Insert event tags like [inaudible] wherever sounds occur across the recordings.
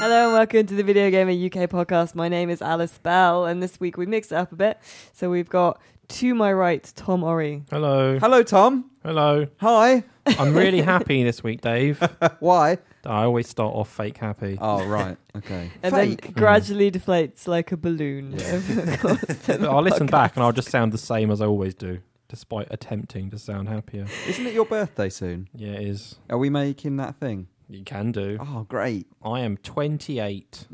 welcome to the Video Gamer UK podcast. My name is Alice Bell, and this week we mixed it up a bit. So we've got to my right, Tom Ori. Hello. Hello, Tom. Hello. Hi. I'm really happy this week, Dave. Why? I always start off fake happy. Oh, right. [laughs] Okay. And Fake. Mm. then gradually deflates like a balloon. over [laughs] the course of the But I'll listen podcast. back and I'll just sound the same as I always do, despite attempting to sound happier. Isn't it your birthday soon? Yeah, it is. Are we making that thing? You can do. Oh, great. I am 28.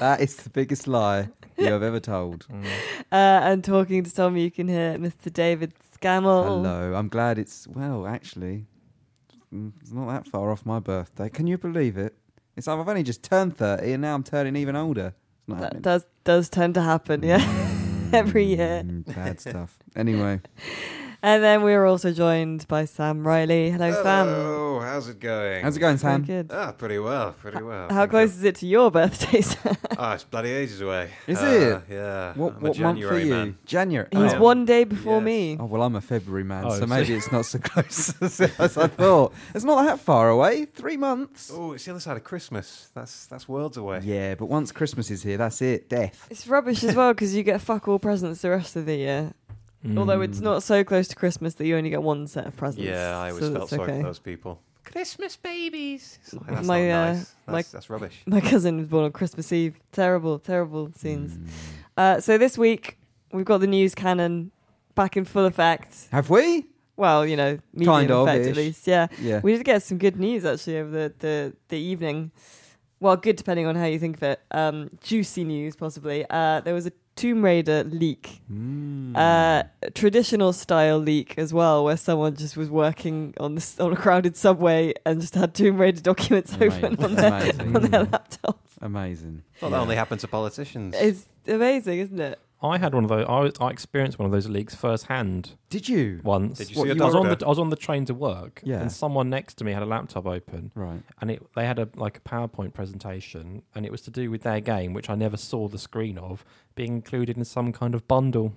That is the biggest lie you have ever told. [laughs] Uh, and talking to Tom, you can hear Mr. David Oh. Scammell. Hello. I'm glad it's, well, actually, mm, it's not that far off my birthday. Can you believe it? It's like I've only just turned 30 and now I'm turning even older. It's not That happening. does does tend to happen, yeah, [laughs] every year. Mm, bad stuff. Anyway. And then we were also joined by Sam Riley. Hello, Sam. Hello, how's it going? How's it going, Very Sam? good. Ah, pretty well, pretty well. How thank close you. is it to your birthday, Sam? Ah, it's bloody ages away. Is Uh, Yeah. What, I'm a what month are January you? man. January. He's am. one day before Yes. me. Oh well, I'm a February man, Oh, so so- maybe it's not so [laughs] close as, as I thought. It's not that far away. Three months. Oh, it's the other side of Christmas. That's that's worlds away. Yeah, but once Christmas is here, that's it. Death. It's rubbish as well because you get fuck all presents the rest of the year. Mm. Although it's not so close to Christmas that you only get one set of presents. Yeah, I always so that's felt sorry okay. for those people. Christmas babies. It's like, that's My, not uh, nice. That's, my- that's rubbish. My cousin was born on Christmas Eve. Terrible, terrible scenes. Mm. Mm. Uh, so this week we've got the news cannon back in full effect. Have we? Well, you know, medium Kind of, effect ish. at least. Yeah. Yeah. We did get some good news actually over the, the, the evening. Well, good depending on how you think of it. Um, juicy news, possibly. Uh, there was a Tomb Raider leak, Mm. uh, Hmm. a traditional style leak as well, where someone just was working on the, s- on a crowded subway and just had Tomb Raider documents open Amazing. on their, [laughs] Amazing. on Hmm. their laptop. Amazing. Well, that only happens to politicians. It's amazing, isn't it? Mm. I had one of those. I, was- I experienced one of those leaks firsthand Did you? once. Did you What, see a you I was doctor? on the I was on the train to work, Yeah. and someone next to me had a laptop open, Right. and it they had a like a PowerPoint presentation, and it was to do with their game, which I never saw the screen of, being included in some kind of bundle.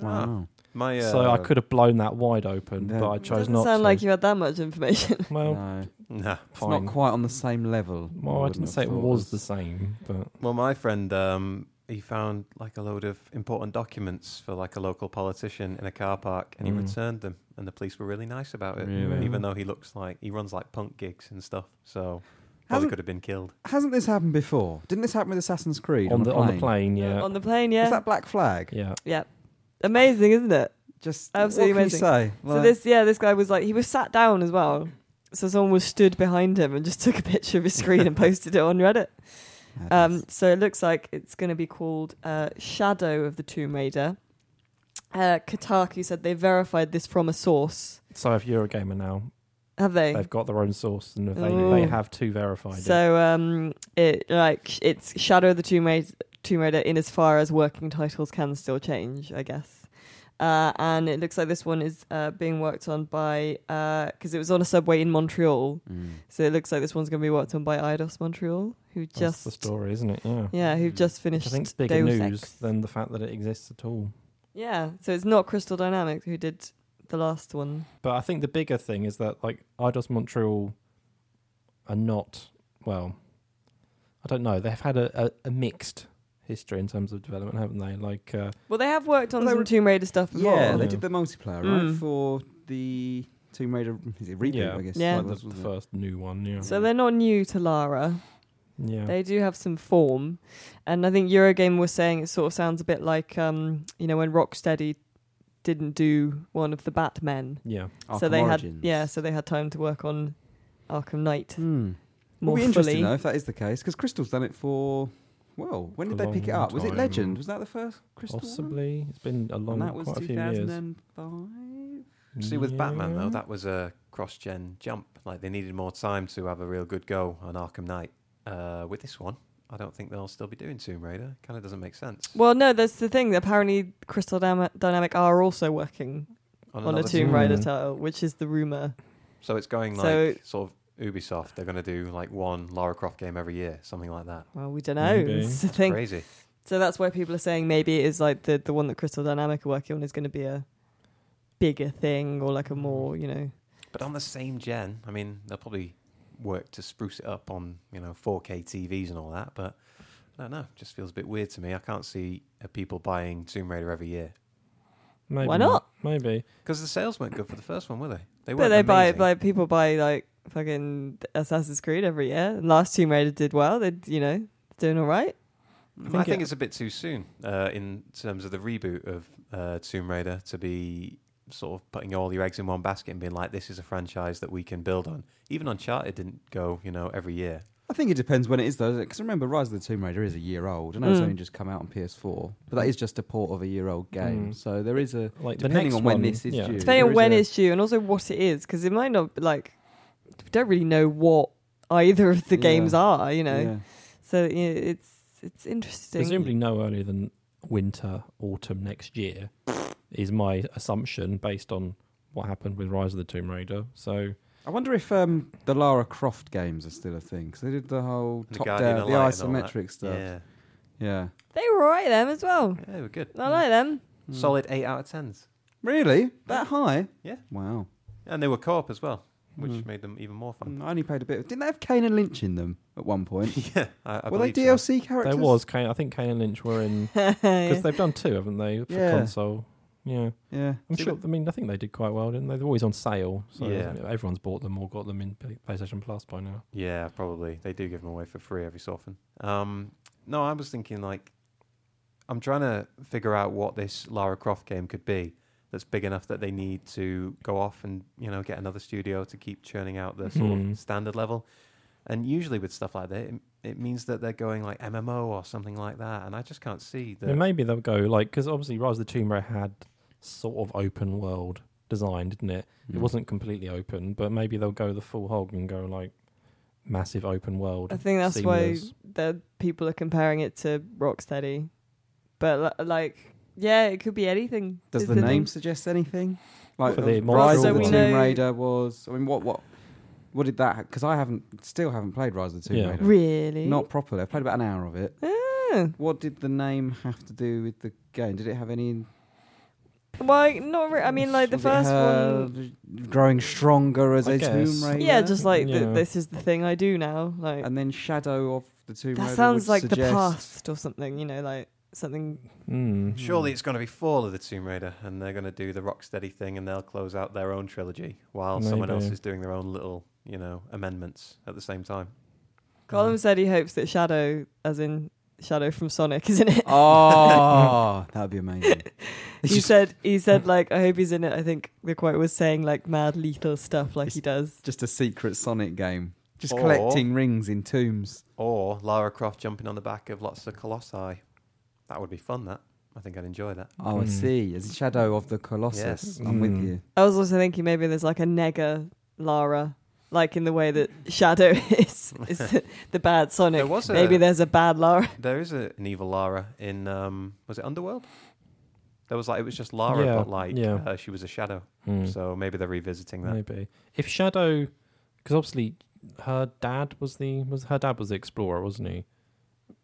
Ah, Wow. my, uh, So I could have blown that wide open, Yeah. but I chose doesn't not sound to. like you had that much information. Well, no, Nah. it's Oh, fine. not quite on the same level. well, I wouldn't didn't have say it thought. was the same, but Well, my friend, um, he found like a load of important documents for like a local politician in a car park, and he Mm. returned them, and the police were really nice about it. Really? Even though he looks like he runs like punk gigs and stuff, so probably Hasn't- could have been killed. Hasn't this happened before? Didn't this happen with Assassin's Creed on a the on the plane, [laughs] yeah, on the plane, yeah. Is that Black Flag? yeah. yeah. Amazing, isn't it? Just Absolutely what can amazing. You say? so Like- this, yeah, this guy was like, he was sat down as well. So someone was stood behind him and just took a picture of his screen [laughs] and posted it on Reddit. That Um, is- so it looks like it's going to be called uh, Shadow of the Tomb Raider. Uh, Kotaku said they verified this from a source. So if you're a gamer now, Have they? they've got their own source, and if they Ooh. they have two verified. it. So um, it like sh- it's Shadow of the Tomb Raider, Tomb Raider in as far as working titles can still change, I guess. Uh, and it looks like this one is uh, being worked on by because it was on a subway in Montreal, Mm. so it looks like this one's going to be worked on by Idos Montreal, who That's the just story, isn't it? Yeah. yeah, who just Which finished. I think it's bigger Deus news Ex. than the fact that it exists at all. yeah, so it's not Crystal Dynamics who did the last one. But I think the bigger thing is that like Idos Montreal are not well. I don't know. They've had a, a, a mixed history in terms of development, haven't they? Like uh, Well, they have worked on Well, they some were- Tomb Raider stuff before. Yeah, they Yeah. did the multiplayer, Mm. right? For the Tomb Raider is it reboot, Yeah. I guess. Yeah. it like was, the, the wasn't it? first new one. Yeah. So they're not new to Lara. yeah. They do have some form, and I think Eurogame was saying it sort of sounds a bit like um, you know when Rocksteady didn't do one of the Batmen, yeah. so Arkham they Origins. had yeah, so they had time to work on Arkham Knight Hmm. more It'll be interesting fully. though if that is the case because Crystal's done it for well, when A did they pick it long up? Was it time. Legend? Was that the first Crystal? one? Possibly. It's been a long, And that was quite a few years. 2005. See, with Batman though, Yeah. that was a cross-gen jump. Like they needed more time to have a real good go on Arkham Knight. Uh, with this one, I don't think they'll still be doing Tomb Raider. Kind of doesn't make sense. Well, no, that's the thing. Apparently, Crystal Dyna- Dynamic are also working on a another Tomb Tomb Raider Raider. title, which is the rumor. So it's going like So- sort of Ubisoft. They're going to do like one Lara Croft game every year, something like that. Well, we don't know. Maybe. It's the thing. Crazy. So that's why people are saying maybe it is like the the one that Crystal Dynamic are working on is going to be a Mm. bigger thing or like a more you know But on the same gen, I mean, they'll probably work to spruce it up on you know 4K TVs and all that, but I don't know. It just feels a bit weird to me. I can't see uh, people buying Tomb Raider every year Maybe Why not? Maybe. because the sales weren't good for the first one, were they? They but weren't they buy amazing. like people buy like fucking Assassin's Creed every year. And last Tomb Raider did well. They you know doing all right. I I think, think it- it's a bit too soon uh, in terms of the reboot of uh, Tomb Raider to be sort of putting all your eggs in one basket and being like, this is a franchise that we can build on. Even Uncharted didn't go, you know, every year. I think it depends when it is though, because remember, Rise of the Tomb Raider is a year old. I know it's Mm. only just come out on PS4, but that is just a port of a year old game. Mm. So there is a Like the depending next on when one, this is yeah. due. Depending there on when is a- it's due and also what it is, because it might not like we don't really know what either of the Yeah. games are. You know, Yeah. so you know, it's it's interesting. Presumably no earlier than winter, autumn next year is my assumption based on what happened with Rise of the Tomb Raider. So I wonder if um, the Lara Croft games are still a thing because they did the whole And the top Guardian down, of the Light and all that. isometric stuff. Yeah. Yeah. they were alright them as well. yeah, they were good. I like them. [laughs] Mm. Solid 8 out of 10s. Really? That high? Yeah. Wow. And they were co op as well, which Mm. made them even more fun. Mm, I only played a bit. Of, didn't they have Kane and Lynch in them at one point? [laughs] yeah. [laughs] I, I Were they believe so. DLC characters? there was, Kane, I think Kane and Lynch were in, because Yeah. they've done two, haven't they, for Yeah. console? Yeah. Yeah. I'm See, sure, but- I mean, I think they did quite well, didn't they? They're always on sale. So Yeah. everyone's bought them or got them in Play- PlayStation Plus by now. Yeah, probably. They do give them away for free every so often. Um, no, I was thinking like I'm trying to figure out what this Lara Croft game could be that's big enough that they need to go off and you know get another studio to keep churning out the sort Hmm. of standard level. And usually with stuff like that, it, it means that they're going like MMO or something like that, and I just can't see I the mean, maybe they'll go, like, because obviously Rise of the Tomb Raider had sort of open world design, didn't it? It Mm. wasn't completely open, but maybe they'll go the full hog and go like massive open world. I think that's seamless. why the people are comparing it to Rocksteady. But li- like, yeah, it could be anything. Does is the, name suggest anything? Like For the Rise monster of the one. Tomb So we Raider was. I mean, what what what did that? Because I haven't still haven't played Rise of the Tomb Yeah. Raider. Really? Not properly. I played about an hour of it. Ah. What did the name have to do with the game? Did it have any? Well, not re- I mean, like the was it first her one. growing stronger as I a guess. Tomb Raider. Yeah, just like th- Yeah. this is the thing I do now. Like and then Shadow of the Tomb Raider. that sounds would like the suggest- [laughs] past or something. You know, like something. Mm. Surely it's going to be Fall of the Tomb Raider, and they're going to do the Rocksteady thing, and they'll close out their own trilogy while someone else Maybe. is doing their own little, you know, amendments at the same time. Colin said he hopes that Shadow, as in Shadow from Sonic, [laughs] is in it. [laughs] Ah, Oh, that would [laughs] be amazing. He said he said like I hope he's in it. I think the quote was saying like mad lethal stuff like he does. just a secret Sonic game. Just Or- collecting rings in tombs. Or Lara Croft jumping on the back of lots of colossi. That would be fun, that. I think I'd enjoy that. Oh, I Mm. see. As Shadow of the Colossus. Yes. I'm with Mm. you. I was also thinking maybe there's like a nega Lara, like in the way that Shadow [laughs] is is [laughs] the, the bad Sonic. There was a- maybe there's a bad Lara. There is a, an evil Lara in, um, was it Underworld? There was like, it was just Lara, Yeah, but like, yeah. uh, she was a shadow. Mm. So maybe they're revisiting that. Maybe if Shadow, because obviously her dad was the was her dad was the explorer, wasn't he?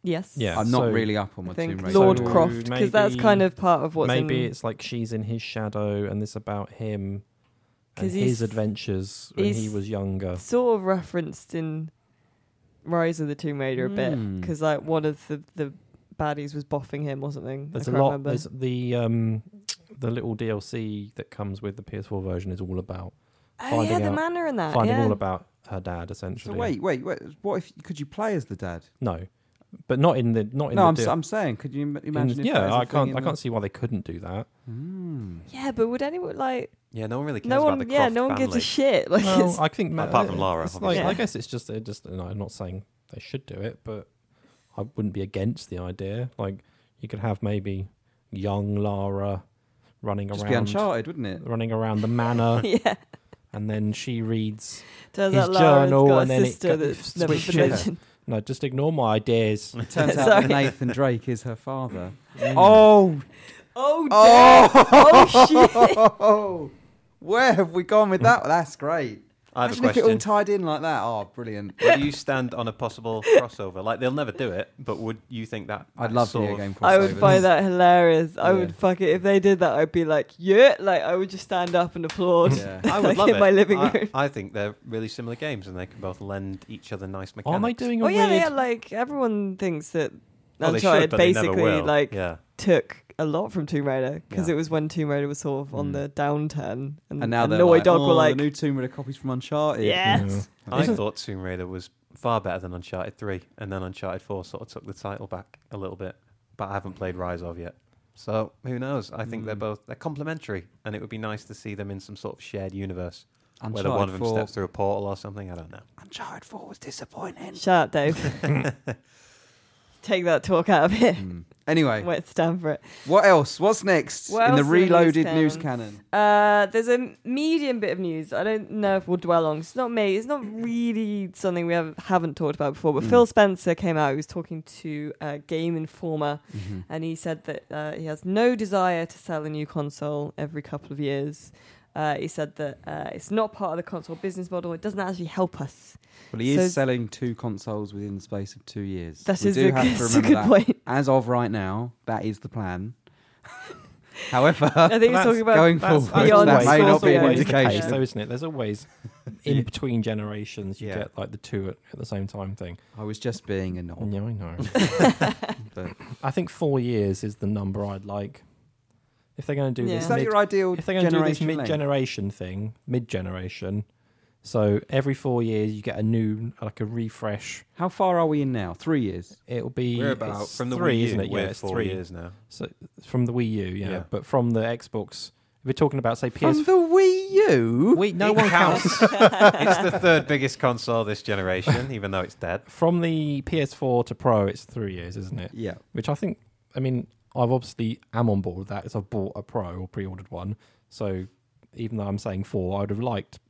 Yes. Yeah. I'm not so- really up on my I think Tomb Raider. Lord So Croft, 'cause Croft because that's maybe- kind of part of what's maybe in. it's like she's in his shadow and this about him and 'Cause he's- his adventures when he he's- was younger. sort of referenced in Rise of the Tomb Raider a bit Hmm. because like one of the the baddies was boffing him or something. There's I a can't lot. remember. There's the um, the little DLC that comes with the PS4 version is all about oh yeah, finding the out- manor Uh, and that. finding yeah. all about her dad essentially. So wait, wait, wait. What if could you play as the dad? No, but not in the not in No, the I'm, deal- s am saying, could you im- in- imagine? if that is yeah, a I thing can't. in I the- can't see why they couldn't do [laughs] that. Mm. yeah, but would anyone like Yeah, no one really cares no one? about the Yeah, Croft no one family. gives a shit. Like Well, [laughs] it's, I think Apart from Lara, it's like, obviously. I guess it's just. It just. No, I'm not saying they should do it, but I wouldn't be against the idea. Like you could have maybe young Lara running Just be around, Uncharted, wouldn't it? running around the [laughs] manor, yeah. and then she reads. Turns His out Lara's journal got and a then it sister got- that's never been switches. mentioned. No, just ignore my ideas. It [laughs] turns out Sorry. that Nathan Drake is her father. Mm. [laughs] oh, Oh, damn. oh, [laughs] [laughs] oh shit! where have we gone with that? That's great. I have a Imagine if it all question. tied in like that. Oh, brilliant. Where do you stand on a possible crossover? Like they'll never do it, but would you think that? I'd that love sort video of- game crossovers. I would find that hilarious. I Yeah. would fuck it if they did that. I'd be like, yeah, like I would just stand up and applaud. [laughs] Yeah. I [laughs] would like, love in it. my living I, room. I think they're really similar games, and they can both lend each other nice mechanics. Aren't they doing a Well, Oh, yeah, weird? they are, like everyone thinks that Well, they Uncharted should, but they never basically will. like [laughs] yeah. took a lot from Tomb Raider because Yeah. it was when Tomb Raider was sort of on Mm. the downturn, and, And now they're Naughty like, Dog oh, were like, the new Tomb Raider copies from [laughs] Uncharted. yes, I Isn't- thought Tomb Raider was far better than Uncharted 3, and then Uncharted 4 sort of took the title back a little bit, but I haven't played Rise of yet. So who knows? I think Hmm. they're Mm. both they're complementary, and it would be nice to see them in some sort of shared universe, Uncharted whether one of them 4. steps through a portal or something. I don't know. Uncharted 4 was disappointing. shut up, Dave. Take that talk out of here. Mm. Anyway, Won't stand for it. what else? What's next What in else the in the news reloaded canon? news canon? Uh, there's a medium bit of news. I don't know if we'll dwell on. 'cause It's not me. It's not really something we have, haven't talked about before. But Mm. Phil Spencer came out. He was talking to uh, Game Informer, Mm-hmm. and he said that uh, he has no desire to sell a new console every couple of years. Uh, he said that uh, it's not part of the console business model. It doesn't actually help us. Well, he is So- selling two consoles within the space of two years. That we is do a, have [laughs] to that's a remember good that. point. As of right now, that is the [laughs] plan. However, I think he's talking about Uh, going That's- forward, beyond that may not be always an always the case, indication. though, isn't it? There's [laughs] always in between generations you Yeah. get like the two at, at the same time thing. I was just being a knob. Yeah, I know. But I think four years is the number I'd like. If they're going to do Yeah. this, Is that mid- your ideal if they're going to do this generation length? mid-generation thing, mid-generation, so every four years you get a new, like a refresh. How far are we in now? Three years. It'll be We're about it's from the three, Wii U, isn't it? We're yeah, it's four three years now. So from the Wii U, yeah. Yeah. But from the Xbox, if we're talking about say From PS, the Wii U. we no It one counts. [laughs] it's the third biggest console this generation, even though it's dead. From the PS4 to Pro, it's three years, isn't it? [laughs] Yeah. Which I think, I mean, I've obviously am on board with that because I've bought a Pro or pre-ordered one. So even though I'm saying four, I would have liked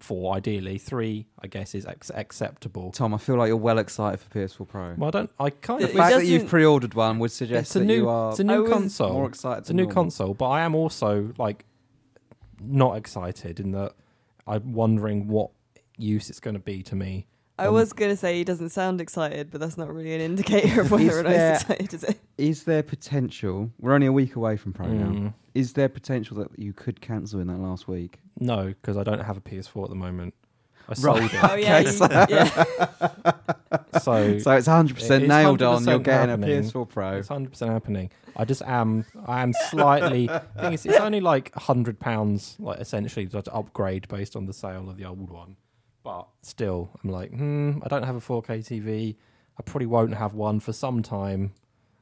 four ideally. Three, I guess, is ac- acceptable. Tom, I feel like you're well excited for PS4 Pro. Well, I don't. I kind the of. It fact that you've doesn't- pre-ordered one would suggest It's a that you new. are Oh, It's a I new was- console. more excited. It's a than new normal. console, but I am also like not excited in that I'm wondering what use it's going to be to me. I Um, was going to say he doesn't sound excited, but that's not really an indicator of Is whether or not there- he's excited, [laughs] is it? Is there potential? We're only a week away from Pro now. Mm. Is there potential that you could cancel in that last week? No, because I don't have a PS4 at the moment. I sold Right. Oh, yeah. Okay, you- so- [laughs] yeah. it, so, So it's 100% It is nailed on. 100% You're getting happening. a PS4 Pro. it's hundred percent happening. I just am. I am [laughs] slightly. I think it's, it's only like hundred pounds, like essentially to to upgrade based on the sale of the old one. But still, I'm like, hmm. I don't have a 4K TV. I probably won't have one for some time.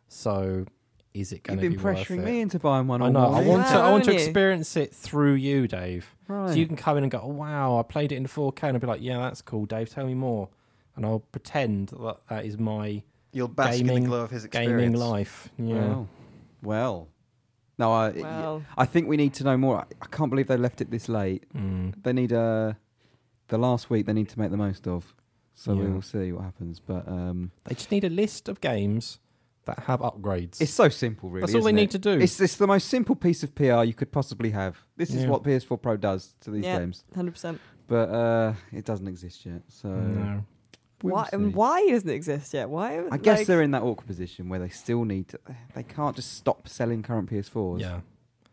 So, is it going You've to be been worth pressuring it? me into buying one. I all know. I morning. want to. I Wow, want to haven't you? experience it through you, Dave. Right. So you can come in and go, oh, "Wow, I played it in 4K," and I'll be like, "Yeah, that's cool, Dave. Tell me more." And I'll pretend that that is my You'll bask bask in the in the Gaming- glow glow of his experience. gaming life. Yeah. Well, well. no, I. Well, I think we need to know more. I- I can't believe they left it this late. Mm. They need uh, the last week. They need to make the most of. So we Yeah. will see what happens. But um, They just need a list of games that have upgrades. it's so simple, really. That's all they isn't need it? to do. It's it's the most simple piece of PR you could possibly have. This is Yeah. what PS4 Pro does to these Yeah. games, 100%. but uh, it doesn't exist yet. So No. we'll why, um, see. and why doesn't it exist yet? Why? [laughs] I guess like- they're in that awkward position where they still need to. They can't just stop selling current PS4s. Yeah,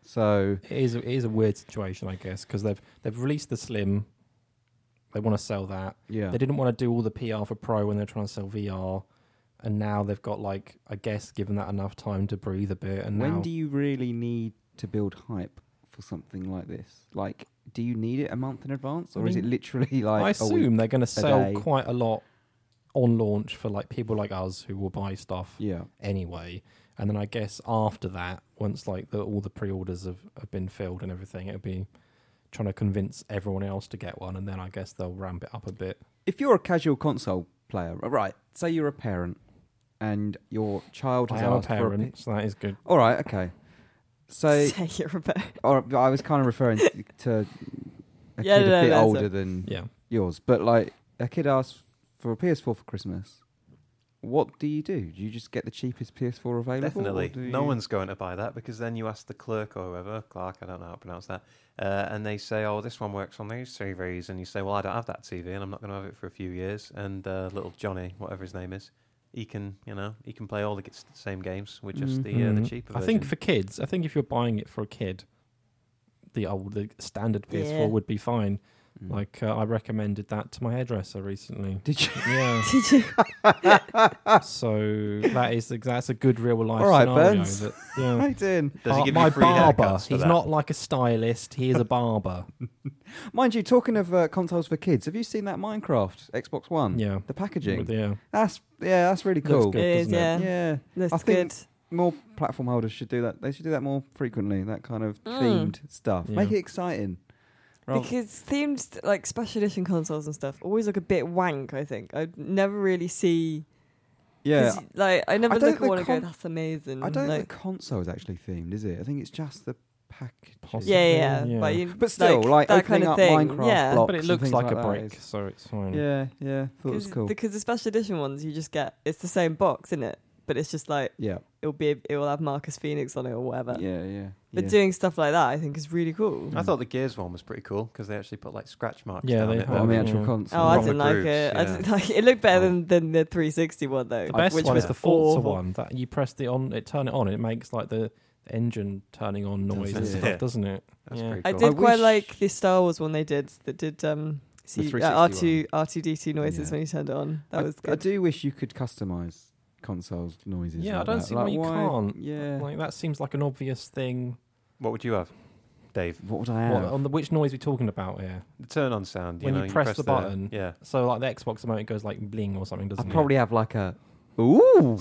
So it is. It is a weird situation, I guess, because they've they've released the Slim. They want to sell that. yeah, They didn't want to do all the PR for Pro when they're trying to sell VR, and now they've got like I guess given that enough time to breathe a bit. And when now, do you really need to build hype for something like this? Like, do you need it a month in advance, or I is it mean, literally [laughs] like? I a week? assume they're going to sell day. quite a lot on launch for like people like us who will buy stuff Yeah. anyway. And then I guess after that, once like the, all the pre-orders have, have been filled and everything, it'll be trying to convince everyone else to get one, and then I guess they'll ramp it up a bit. If you're a casual console player, right? Say you're a parent, and your child I has am a asked for a. parent, P- so that is good. all right. [laughs] Okay. [laughs] So, Say it, Rebecca. or I was kind of referring to a Yeah, kid no, a bit no, older that's than Yeah, yours, but like a kid asked for a PS4 for Christmas, what do you do? Do you just get the cheapest PS4 available? or Definitely. do No you- one's going to buy that because then you ask the clerk or whoever, Clark, I don't know how to pronounce that, uh, and they say, oh, this one works on these TVs. And you say, well, I don't have that TV and I'm not going to have it for a few years. And uh, little Johnny, whatever his name is, he can, you know, he can play all the g- same games with just the, uh, the Mhm. cheaper I version. think for kids, I think if you're buying it for a kid, the old the standard PS4 Yeah. would be fine. Mm. Like uh, I recommended that to my hairdresser [laughs] recently. [laughs] [laughs] Did you? Yeah. Did you? Ah! so that is ex- that's a good real life All right, scenario. Burns. That, yeah. Right in. [laughs] Does Uh, he give my you free barber. haircuts for He's that? not like a stylist. He is a [laughs] barber. Mind you, talking of uh, consoles for kids, have you seen that Minecraft Xbox One? yeah. The packaging. With- yeah. That's yeah, that's really Looks cool. good, It is, doesn't it? yeah. Yeah. That's I think- good. more platform holders should do that. They should do that more frequently. That kind of Mm. themed stuff. Yeah. Make it exciting. Rather- Because themed like special edition consoles and stuff always look a bit wank. I think I never really see. yeah, 'cause, Like I never I don't look at think one and go, con- "That's amazing." I don't like, think the console is actually themed, is it? I think it's just the package. Possibly. Yeah, yeah, Yeah. But, you, But still, like, that opening kind of up thing. Minecraft yeah. blocks But it and looks things like, a that brick, is- so it's fine. Yeah, yeah, thought it was Because- cool. Because the special edition ones, you just get it's the same box, isn't it? But it's just like yeah, it'll be it will have Marcus Phoenix on it or whatever. yeah, yeah. But yeah. doing stuff like that, I think, is really cool. I thought the Gears one was pretty cool because they actually put like scratch marks Hmm. Yeah, down they it. have, on the yeah. actual Oh, console. Oh, I Proper didn't like it. grooves, I yeah. didn't [laughs] like it. It looked better Oh. than, than the 360 one though. The best which one was is the Forza awful. one that you press the on, it turn it on, and it makes like the, the engine turning on noise and Does it? stuff, Yeah. doesn't it? That's Yeah. pretty I cool. did I quite wish- like the Star Wars one they did that did um see, uh, 360 R2 R2D2 noises Yeah. when you turned it on. That I, was I good. do wish you could customize consoles noises. Yeah, I like don't that. see like, why you why- can't. Yeah, Like that seems like an obvious thing. What would you have, Dave? what would I have? What, on the which noise we talking about here? The turn on sound. You When you know, press the button. Yeah. So like the Xbox remote it goes like bling or something, doesn't I'd it? probably have like a ooh,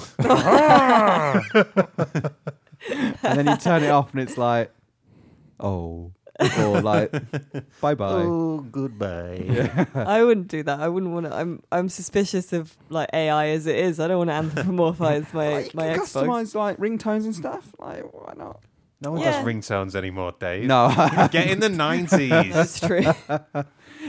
and then you turn it off, and it's like oh, [laughs] or like bye bye. Oh, [laughs] goodbye. I wouldn't do that. I wouldn't want to. I'm I'm suspicious of like AI as it is. I don't want to [laughs] anthropomorphize my Like, you my can Xbox. customize like ringtones and stuff. Like why not? No one Yeah. does ringtones anymore, Dave. No, [laughs] Get in the 90s. [laughs] That's true.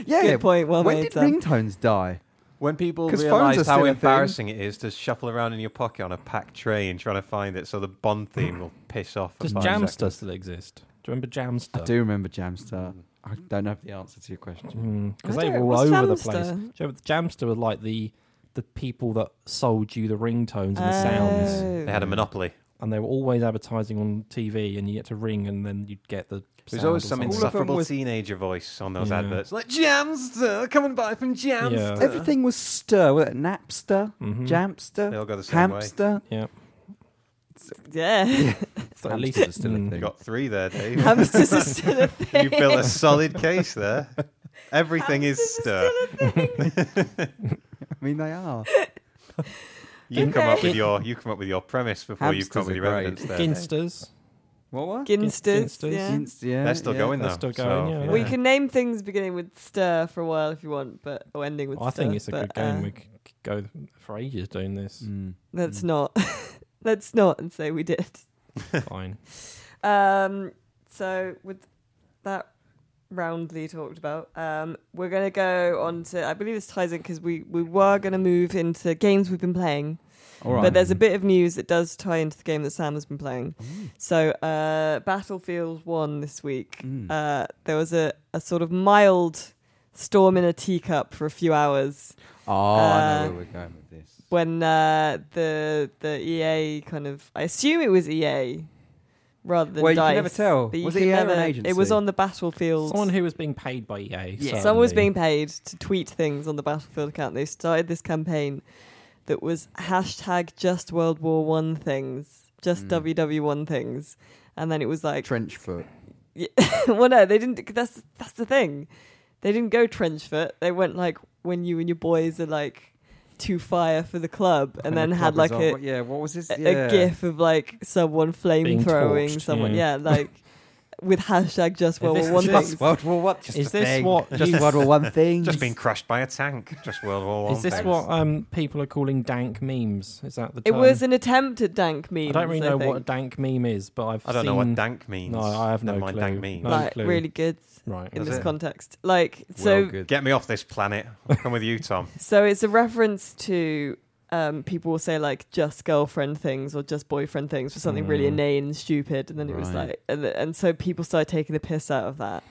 yeah. Good point. Well when made, um, did Sam. ringtones die? When people 'Cause phones are realised still how a thing. embarrassing it is to shuffle around in your pocket on a packed train trying to find it, so the Bond theme will piss off. for Does five Jamster seconds. still exist? Do you remember Jamster? I do remember Jamstar. I don't have the answer to your question. Because I Hmm, they were don't- all what's over the Jamster? place. Do you remember Jamster was like the the people that sold you the ringtones and the sounds, Oh. They had a monopoly. and they were always advertising on TV, and you had to ring, and then you'd get the. There's sound always or some something. All of them insufferable was- teenager voice on those Yeah. adverts, like Jamster, come and buy from Jamster. Yeah. Everything was stir. Was it Napster, Mhm. Mm-hmm. They Jamster, all go the same way. Hamster? Yeah. [laughs] Yeah, So at least Hamsters are still a Mm. thing. You got three there, [laughs] Dave. hamsters are still a thing. you built a solid case there. [laughs] Everything is Hamsters [laughs] stir. I mean, they are. You come up Okay. with your you come up with your premise before you Hamsters come up with are your great. evidence there. Dave. Ginsters. What? What? Ginsters. Ginsters. Yeah. Ginst- yeah, They're still yeah. going though. They're still so, going, yeah. We can name things beginning with stir for a while if you want, but or ending with. Oh, I stir, think it's a good but, game. uh, we could go for ages doing this. Mm. Let's not. [laughs] let's not and say we did. Fine. [laughs] Um, so with that roundly talked about, um, we're gonna go on to. I believe this ties in because we we were gonna move into games we've been playing, All right. but there's a bit of news that does tie into the game that Sam has been playing. So uh, Battlefield One this week. Mm. Uh, there was a, a sort of mild storm in a teacup for a few hours oh, I know uh, where we're going with this. when uh, the the EA kind of I assume it was EA rather than Well, you DICE. can never tell. but you Was it can EA or an never- It was agency? on the battlefield. Someone who was being paid by EA. yeah. certainly. someone was being paid to tweet things on the battlefield account. They started this campaign that was hashtag just World War One things, just Mm. WW One things, and then it was like Trench foot. [laughs] well, no, they didn't. That's that's the thing. They didn't go trench foot. They went like when you and your boys are like to fire for the club, and When then the had club like is a, on- yeah, what was this? a- yeah. a gif of like someone flame throwing torched, someone. yeah. Yeah, like with hashtag just World this War is One just- things. Just World War What? Just Is a this thing. what [laughs] Just you- World War One thing. Just being crushed by a tank. Just World War One. Is this things. what um, people are calling dank memes? Is that the It term? was an attempt at dank memes. I don't really know what a think. dank meme is, but I've I don't know what seen- dank means. No, I have Never no mind clue. dank means. No like clue. really good Right. in Does this it? context. Like Well, so, good. Get me off this planet. I'll come with you, Tom. so it's a reference to um, people will say like just girlfriend things or just boyfriend things for something really Mm. inane and stupid, and then it was Right. like, and, and so people started taking the piss out of that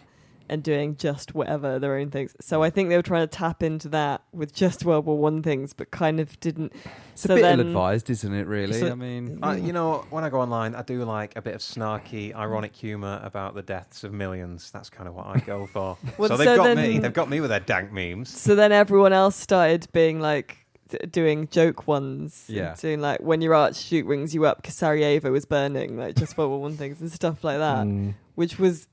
and doing just whatever their own things. So I think they were trying to tap into that with just World War One things, but kind of didn't. It's a So bit then- ill-advised, isn't it? Really, So- I mean, [laughs] I, you know, when I go online, I do like a bit of snarky, ironic humour about the deaths of millions. That's kind of what I go for. [laughs] Well, so they've so got then- me. They've got me with their dank memes. So then everyone else started being like d- doing joke ones, and Yeah. doing like when your archduke rings you up because Sarajevo was burning, like just World War One things and stuff like that, Mm. which was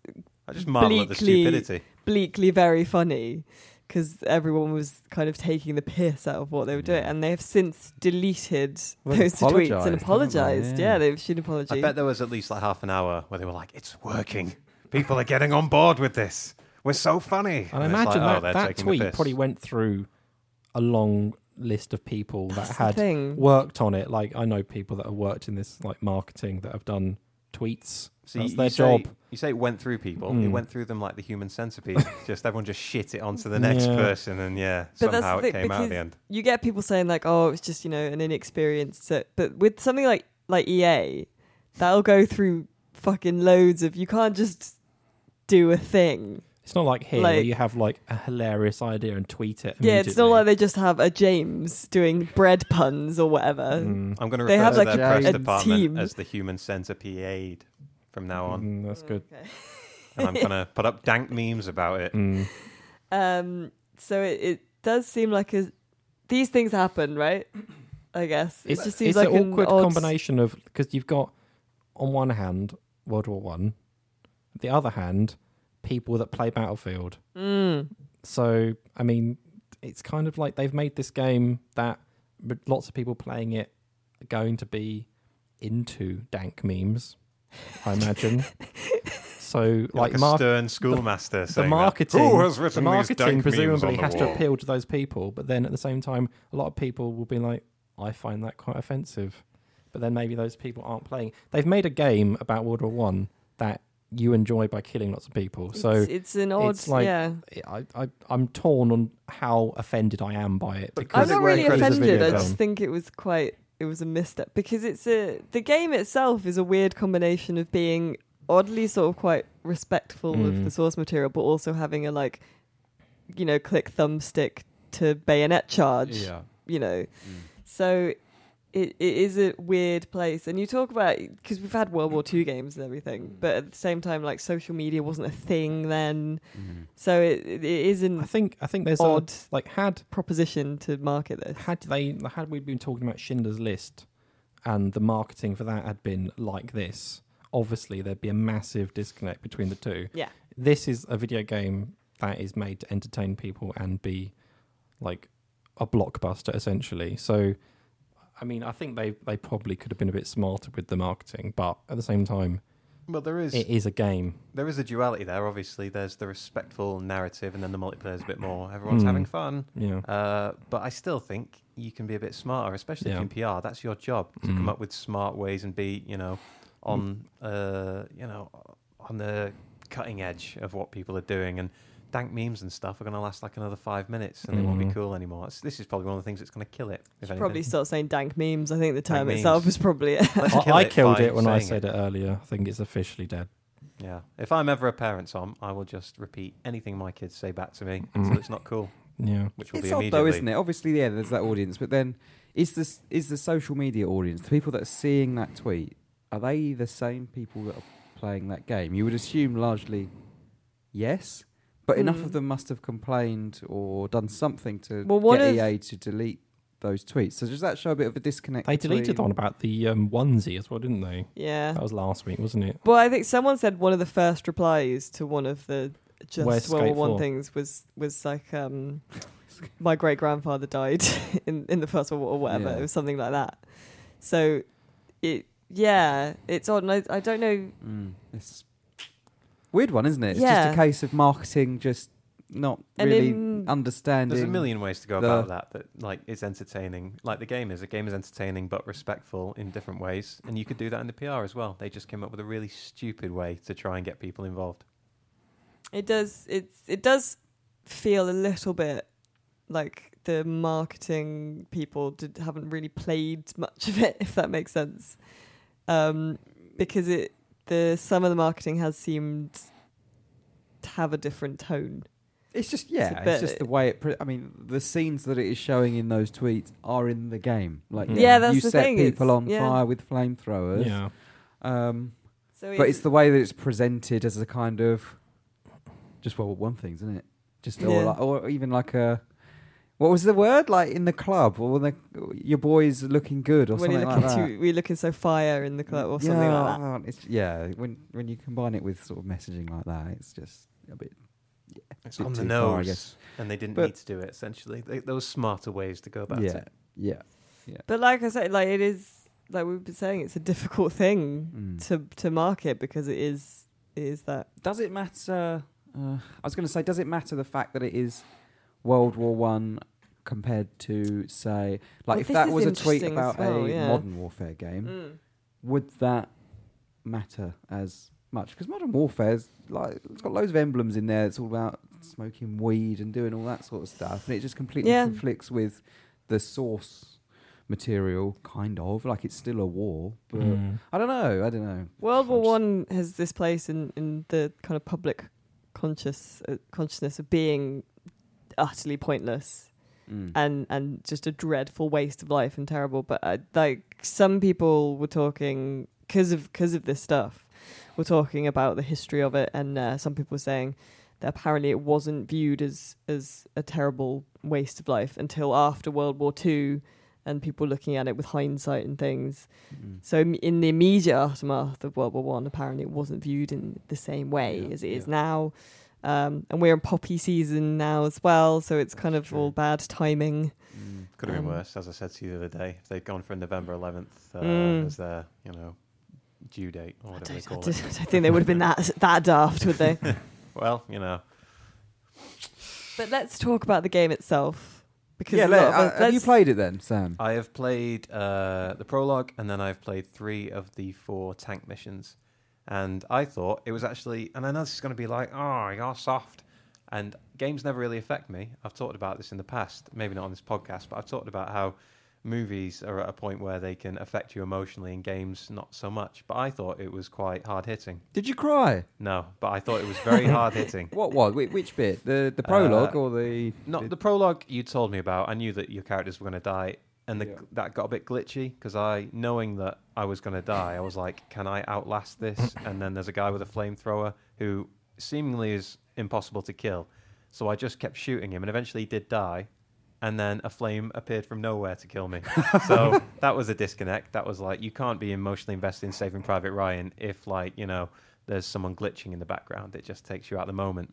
I just marvel at the Bleakly- stupidity. bleakly very funny because everyone was kind of taking the piss out of what they were doing, Yeah. and they have since deleted Well, those apologised, tweets and haven't they? apologized. Yeah. Yeah, they've issued an apology. I bet there was at least like half an hour where they were like, "It's working. People are getting on board with this. We're so funny." And I it's like, imagine oh, that, they're that taking the tweet piss. probably went through a long list of people That's the that had thing. worked on it. Like I know people that have worked in this like marketing that have done tweets. So That's you, their you say, job. You say it went through people. It Mm. went through them like the [laughs] human centipede. just everyone just shit it onto the next Yeah. person, and yeah, But that's somehow the it thing, came out at the because- end. you get people saying like, "Oh, it's just you know an inexperienced," so- but with something like like EA, that'll go through fucking loads of. You can't just do a thing. It's not like here where Like- you have like a hilarious idea and tweet it. Yeah, it's not immediately. like they just have a James doing bread puns or whatever. Mm. I'm going to They refer have, to like, their a- press a department team. as the human centipede from now on, Mm, that's good. Okay. and I'm [laughs] going to put up dank memes about it. Mm. Um, so it, it does seem like a these things happen, right? I guess It's, it just seems it's like an awkward odd- combination of because you've got on one hand World War One, the other hand people that play Battlefield. Mm. So I mean, it's kind of like they've made this game that with lots of people playing it are going to be into dank memes, I imagine. [laughs] so Like, like, a mar- stern schoolmaster. the saying that. marketing, Who has written the these marketing dank presumably memes on the has wall? to appeal to those people, but then at the same time, a lot of people will be like, "I find that quite offensive," but then maybe those people aren't playing. They've made a game about World War One that you enjoy by killing lots of people, so it's, it's an odd, it's like- yeah. I, I I'm torn on how offended I am by it. But I'm Because it not weren't really credits as offended. video I just film. think it was quite it was a misstep because it's a the game itself is a weird combination of being oddly sort of quite respectful of Mm. the source material, but also having a like you know click thumbstick to bayonet charge. yeah, Mm. You know, so it, it is a weird place. And you talk about because we've had World War Two games and everything, but at the same time, like social media wasn't a thing then, Mm. so it it is I an think I think there's odd a, like had proposition to market this. had they had we been talking about Schindler's List and the marketing for that had been like this, obviously there'd be a massive disconnect between the two. Yeah. This is a video game that is made to entertain people and be like a blockbuster essentially. So I mean, I think they they probably could have been a bit smarter with the marketing, but at the same time, Well, there is it is a game. there is a duality there. Obviously, there's the respectful narrative, and then the multiplayer is a bit more. Everyone's Mm. having fun. Yeah. Uh, but I still think you can be a bit smarter, especially Yeah. if you're in PR. That's your job to Mm. come up with smart ways and be, you know, on Hmm. uh, you know, on the cutting edge of what people are doing. And dank memes and stuff are going to last like another five minutes, and they won't be Mhm. cool anymore. It's, this is probably one of the things that's going to kill it. If anything. Probably start saying dank memes. I think the Dank term memes. itself is probably [laughs] Let's I, kill I killed by it when I saying said it earlier. I think it's officially dead. Yeah. If I'm ever a parent, Tom, I will just repeat anything my kids say back to me Mm. until it's not cool, Yeah. which will it's be odd immediately. though, isn't it? Obviously, yeah, there's that audience, but then is this is the social media audience the people that are seeing that tweet? Are they the same people that are playing that game? You would assume largely, yes, but enough Hmm. of them must have complained or done something to Well, one get of- EA to delete those tweets. So does that show a bit of a disconnect? They deleted the between- one about the um, onesie as well, didn't they? yeah. Oh. That was last week, wasn't it? Well, I think someone said one of the first replies to one of the just Where's World War Skate One for? things was was like um, my great grandfather died [laughs] in in the first World War or whatever. Yeah. It was something like that. So it yeah, it's odd. And I, I don't know. Mm, it's weird one, isn't it? It's just Yeah. a case of marketing, just not And really in- understanding. There's a million ways to go the- about that. That like it's entertaining, like the game is. The game is entertaining but respectful in different ways, and you could do that in the PR as well. They just came up with a really stupid way to try and get people involved. It does it's it does feel a little bit like the marketing people did, haven't really played much of it, [laughs] if that makes sense, um, because it the some of the marketing has seemed to have a different tone. It's just yeah, a it's, bit- just the way it. Pre- I mean, the scenes that it is showing in those tweets are in the game. Like Mm. you Yeah, know, that's you the set thing, people it's- on yeah. fire with flamethrowers. Yeah. Um, So but it's the way that it's presented as a kind of just well, one thing, isn't it? Just or, Yeah. like, or even like a what was the word like in the club or the, your boys looking good or when you something look like into- that. we're looking so fire in the club or something yeah, like that. It's, yeah, when when you combine it with sort of messaging like that, it's just a bit. It's bit on the too far, I nose, guess. and they didn't But- need to do it. Essentially, they, there was smarter ways to go about yeah, it. yeah. But like I said, like it is like we've been saying, it's a difficult thing Mm. to to market because it is it is that does it matter? Uh, I was going to say, does it matter the fact that it is World War One compared to say, like, Well, if this that is was a tweet interesting about as well, a yeah. Mm. modern warfare game, would that matter as much? Because modern warfare's like it's got loads of emblems in there. It's all about smoking weed and doing all that sort of stuff, and it just completely Yeah. conflicts with the source material, kind of. Like, it's still a war, but Mm. I don't know. I don't know. World War I'm just- One has this place in, in the kind of public conscious uh, consciousness of being utterly pointless Mm. and and just a dreadful waste of life and terrible. But uh, like some people were talking because of because of this stuff, were talking about the history of it, and uh, some people were saying that apparently it wasn't viewed as as a terrible waste of life until after World War Two, and people looking at it with hindsight and things. Mm. So im- in the immediate aftermath of World War One, apparently it wasn't viewed in the same way Yeah, as it is yeah. now. Um, and we're in poppy season now as well, so it's kind of That's true. all bad timing. Mm. Could have been Um, worse, as I said to you the other day. If they'd gone for November 11th uh, Hmm. Mm. as their, you know, due date or I whatever they don't, I call don't- [laughs] it. I don't think they would have been that that daft, would they? Well, you know, but let's talk about the game itself because a Yeah, let, lot of uh, us- have you let's- played it then, Sam? I have played uh, the prologue, and then I've played three of the four tank missions. And I thought it was actually, and I know this is going to be like, oh, you're soft. And games never really affect me. I've talked about this in the past, maybe not on this podcast, but I've talked about how movies are at a point where they can affect you emotionally, and games not so much. But I thought it was quite hard hitting. Did you cry? No, but I thought it was very hard hitting. What was? Which, which bit? The the prologue Uh, or the? Not the prologue you told me about. I knew that your characters were going to die, and the, Yeah. that got a bit glitchy because I, knowing that I was going to die, I was like, "Can I outlast this?" And then there's a guy with a flamethrower who seemingly is impossible to kill, so I just kept shooting him, and eventually he did die. And then a flame appeared from nowhere to kill me. So that was a disconnect. That was like you can't be emotionally invested in Saving Private Ryan if, like, you know, there's someone glitching in the background. It just takes you out of the moment.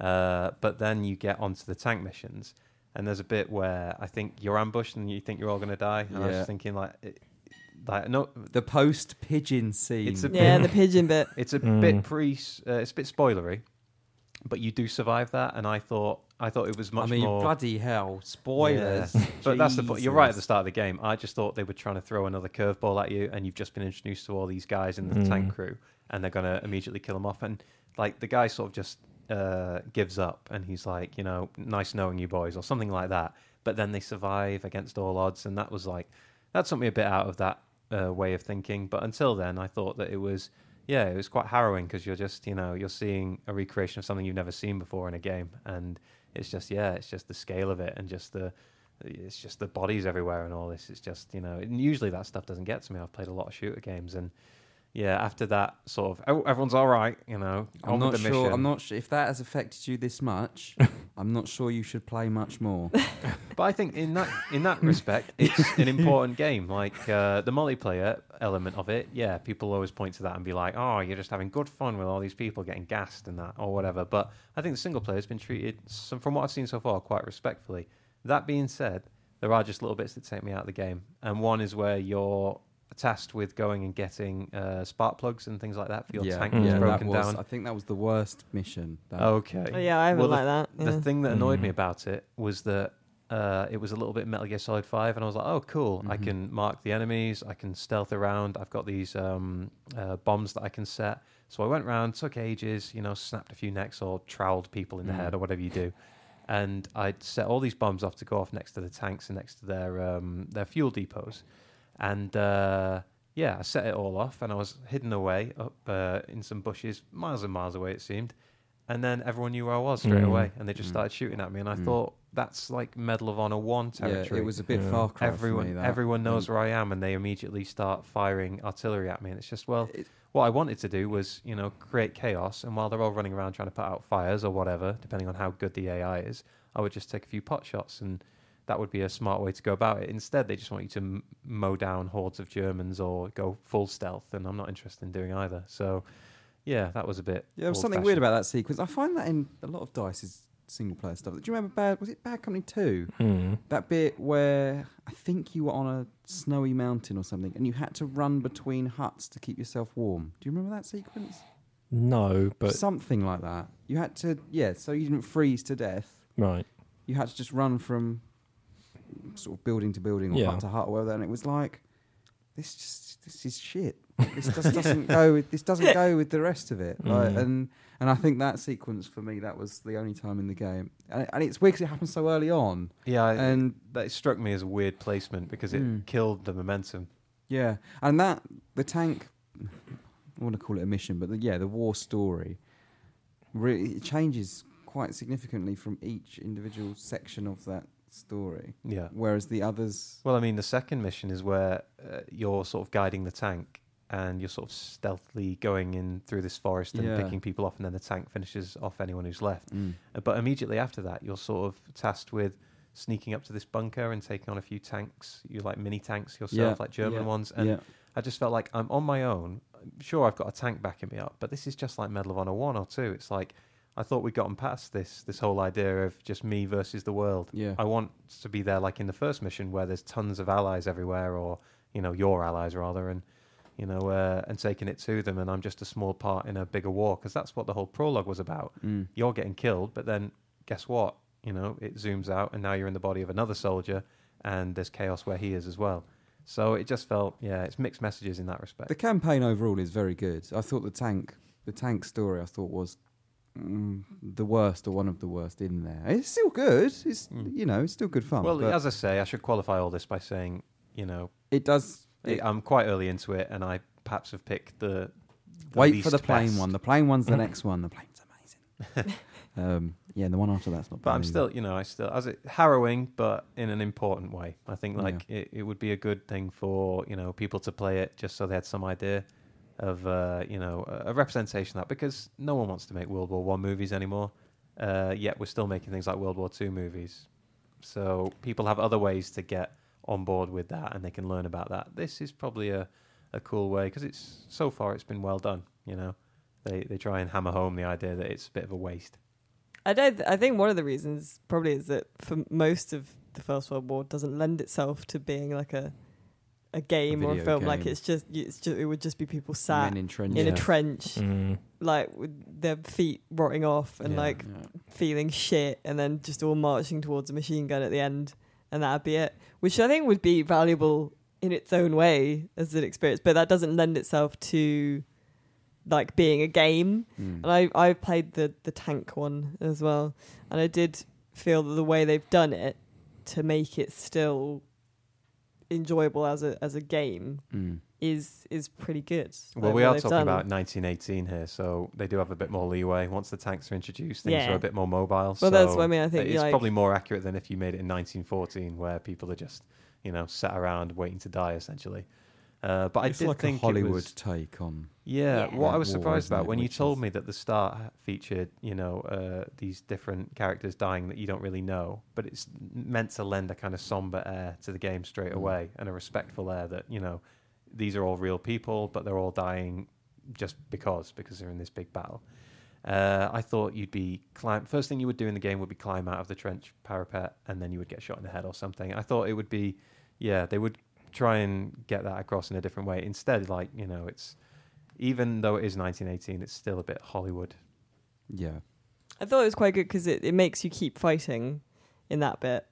Uh, but then you get onto the tank missions, and there's a bit where I think you're ambushed and you think you're all going to die. And I was Yeah. just thinking, like, it, like no, the post pigeon scene. It's a- yeah, the pigeon bit. it's a Mm. bit pre, uh, it's a bit spoilery, but you do survive that. And I thought, I thought it was much I mean, more. bloody hell! Spoilers. Yeah. but that's the point. You're right at the Jesus. start of the game. I just thought they were trying to throw another curveball at you, and you've just been introduced to all these guys in the Mm. tank crew, and they're going to immediately kill them off. And like the guy sort of just uh, gives up, and he's like, you know, nice knowing you boys, or something like that. But then they survive against all odds, and that was like that took me a bit out of that uh, way of thinking. But until then, I thought that it was. Yeah, it was quite harrowing because you're just, you know, you're seeing a recreation of something you've never seen before in a game, and it's just, yeah, it's just the scale of it and just the, it's just the bodies everywhere and all this. It's just you know, and usually that stuff doesn't get to me. I've played a lot of shooter games, and yeah, after that sort of, oh, everyone's all right, you know. I'm on with not the sure. Mission. I'm not sure if that has affected you this [laughs] much. I'm not sure you should play much more. But I think in that in that respect, it's an important game. Like uh, the multiplayer element of it, yeah, people always point to that and be like, "Oh, you're just having good fun with all these people getting gassed and that or whatever." But I think the single player has been treated, some, from what I've seen so far, quite respectfully. That being said, there are just little bits that take me out of the game, and one is where you're tasked with going and getting uh, spark plugs and things like that for [laughs] your yeah, tank Mm. that's yeah, that broken was, uh, down. I think that was the worst mission. That Okay. Oh, yeah, I haven't like Well, the that. Yeah. the thing that annoyed me Mhm. about it was that uh, it was a little bit Metal Gear Solid Five, and I was like, "Oh, cool! I Mhm. can mark the enemies. I can stealth around. I've got these um, uh, bombs that I can set." So I went round, took ages, you know, snapped a few necks or troweled people in the Mm. head or whatever you do, and I'd set all these bombs off to go off next to the tanks and next to their um, their fuel depots, and uh, yeah, I set it all off, and I was hidden away up uh, in some bushes, miles and miles away it seemed, and then everyone knew where I was straight Mm. away, and they just Mm. started shooting at me, and I Mm. thought that's like Medal of Honor one territory. Yeah, it was a bit Yeah. far cry everyone for me, that. everyone knows Mm. where I am, and they immediately start firing artillery at me, and it's just well. It- What I wanted to do was, you know, create chaos, and while they're all running around trying to put out fires or whatever, depending on how good the AI is, I would just take a few pot shots, and that would be a smart way to go about it. Instead, they just want you to m- mow down hordes of Germans or go full stealth, and I'm not interested in doing either. So, yeah, that was a bit. Yeah, there was something weird about that sequence. I find that in a lot of Dice's single player stuff. Do you remember Bad? Was it Bad Company Two? Hmm. That bit where I think you were on a snowy mountain or something, and you had to run between huts to keep yourself warm. Do you remember that sequence? No, but something like that. You had to, yeah. So you didn't freeze to death. right. You had to just run from sort of building to building or Yeah. hut to hut or whatever. And it was like, this just this is shit. This just doesn't go. With, this doesn't go with the rest of it. Like, [laughs] Mm. And and I think that sequence for me that was the only time in the game. And, and it's weird because it happened so early on. Yeah, I- And that struck me as a weird placement because it Mm. killed the momentum. Yeah, and that the tank. I want to call it a mission, but the, yeah, the war story. Really, it changes quite significantly from each individual section of that story, Yeah. whereas the others. Well, I mean, the second mission is where uh, you're sort of guiding the tank and you're sort of stealthily going in through this forest and Yeah. picking people off, and then the tank finishes off anyone who's left. Mm. Uh, But immediately after that, you're sort of tasked with sneaking up to this bunker and taking on a few tanks. You like mini tanks Yeah, yourself, like German yeah, ones. And yeah, I just felt like I'm on my own. Sure, I've got a tank backing me up, but this is just like Medal of Honor one or two. It's like I thought we'd gotten past this this whole idea of just me versus the world. yeah, I want to be there like in the first mission where there's tons of allies everywhere, or you know your allies rather, and you know uh, and taking it to them, and I'm just a small part in a bigger war because that's what the whole prologue was about. mm. You're getting killed, but then guess what? You know it zooms out, and now you're in the body of another soldier, and there's chaos where he is as well. So it just felt yeah, it's mixed messages in that respect. The campaign overall is very good. I thought the tank, the tank story, I thought was mm, the worst or one of the worst in there. It's still good. It's Mm. you know, it's still good fun. well, but as I say, I should qualify all this by saying you know it does. I- It, I'm quite early into it, and I perhaps have picked the. the Wait least for the plane best. one. The plane one's [laughs] the next one. The plane's amazing. um, yeah, and the one after that's not. But bad I'm either. still, you know, I still as it harrowing, but in an important way. I think Yeah. like it, it would be a good thing for you know people to play it just so they had some idea of uh, you know a a representation of that because no one wants to make World War One movies anymore. Uh, yet we're still making things like World War Two movies, so people have other ways to get on board with that and they can learn about that. This is probably a, a cool way because it's so far it's been well done. You know, they they try and hammer home the idea that it's a bit of a waste. I don't. I think one of the reasons probably is that for most of the First World War doesn't lend itself to being like a a game or a video film. Like game. it's just it's just it would just be people Men sat in in trenches. a trench, Mm. like with their feet rotting off and Yeah. like Yeah. feeling shit, and then just all marching towards a machine gun at the end, and that'd be it. Which I think would be valuable in its own way as an experience, but that doesn't lend itself to like being a game. Mm. And I I played the the tank one as well, and I did feel that the way they've done it to make it still enjoyable as a as a game Mm. is is pretty good. Well, Like, we what are they've talking done. about 1918 here, so they do have a bit more leeway. Once the tanks are introduced, things Yeah. are a bit more mobile. Well, that's so what I mean. I think it's like, probably more accurate than if you made it in 1914, where people are just, you know, sat around waiting to die essentially. Uh, but it's I did like think a Hollywood It was, take on. yeah, Yeah. what I That was war, surprised isn't about it, when you which told is- me that the start featured, you know, uh, these different characters dying that you don't really know, but it's meant to lend a kind of somber air to the game straight Mm. away and a respectful air that you know these are all real people, but they're all dying just because because they're in this big battle. Uh, I thought you'd be climb. First thing you would do in the game would be climb out of the trench parapet, and then you would get shot in the head or something. I thought it would be, yeah, they would try and get that across in a different way. Instead, like you know, it's even though it is 1918, it's still a bit Hollywood. Yeah, I thought it was quite good because it, it makes you keep fighting in that bit,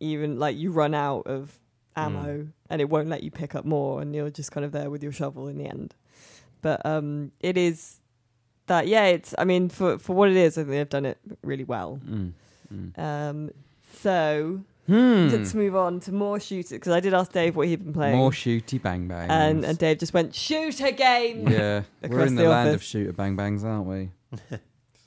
even like you run out of ammo Hmm. and it won't let you pick up more, and you're just kind of there with your shovel in the end. But um, it is that yeah, it's I mean for for what it is, I think they've done it really well. mm. Mm. Um, so let's Hmm. move on to more shooter because I did ask Dave what he'd been playing, More shooty bang bangs. and, and Dave just went shooter [laughs] games. [laughs] yeah, we're across in the the, land office. of shooter bang bangs, aren't we?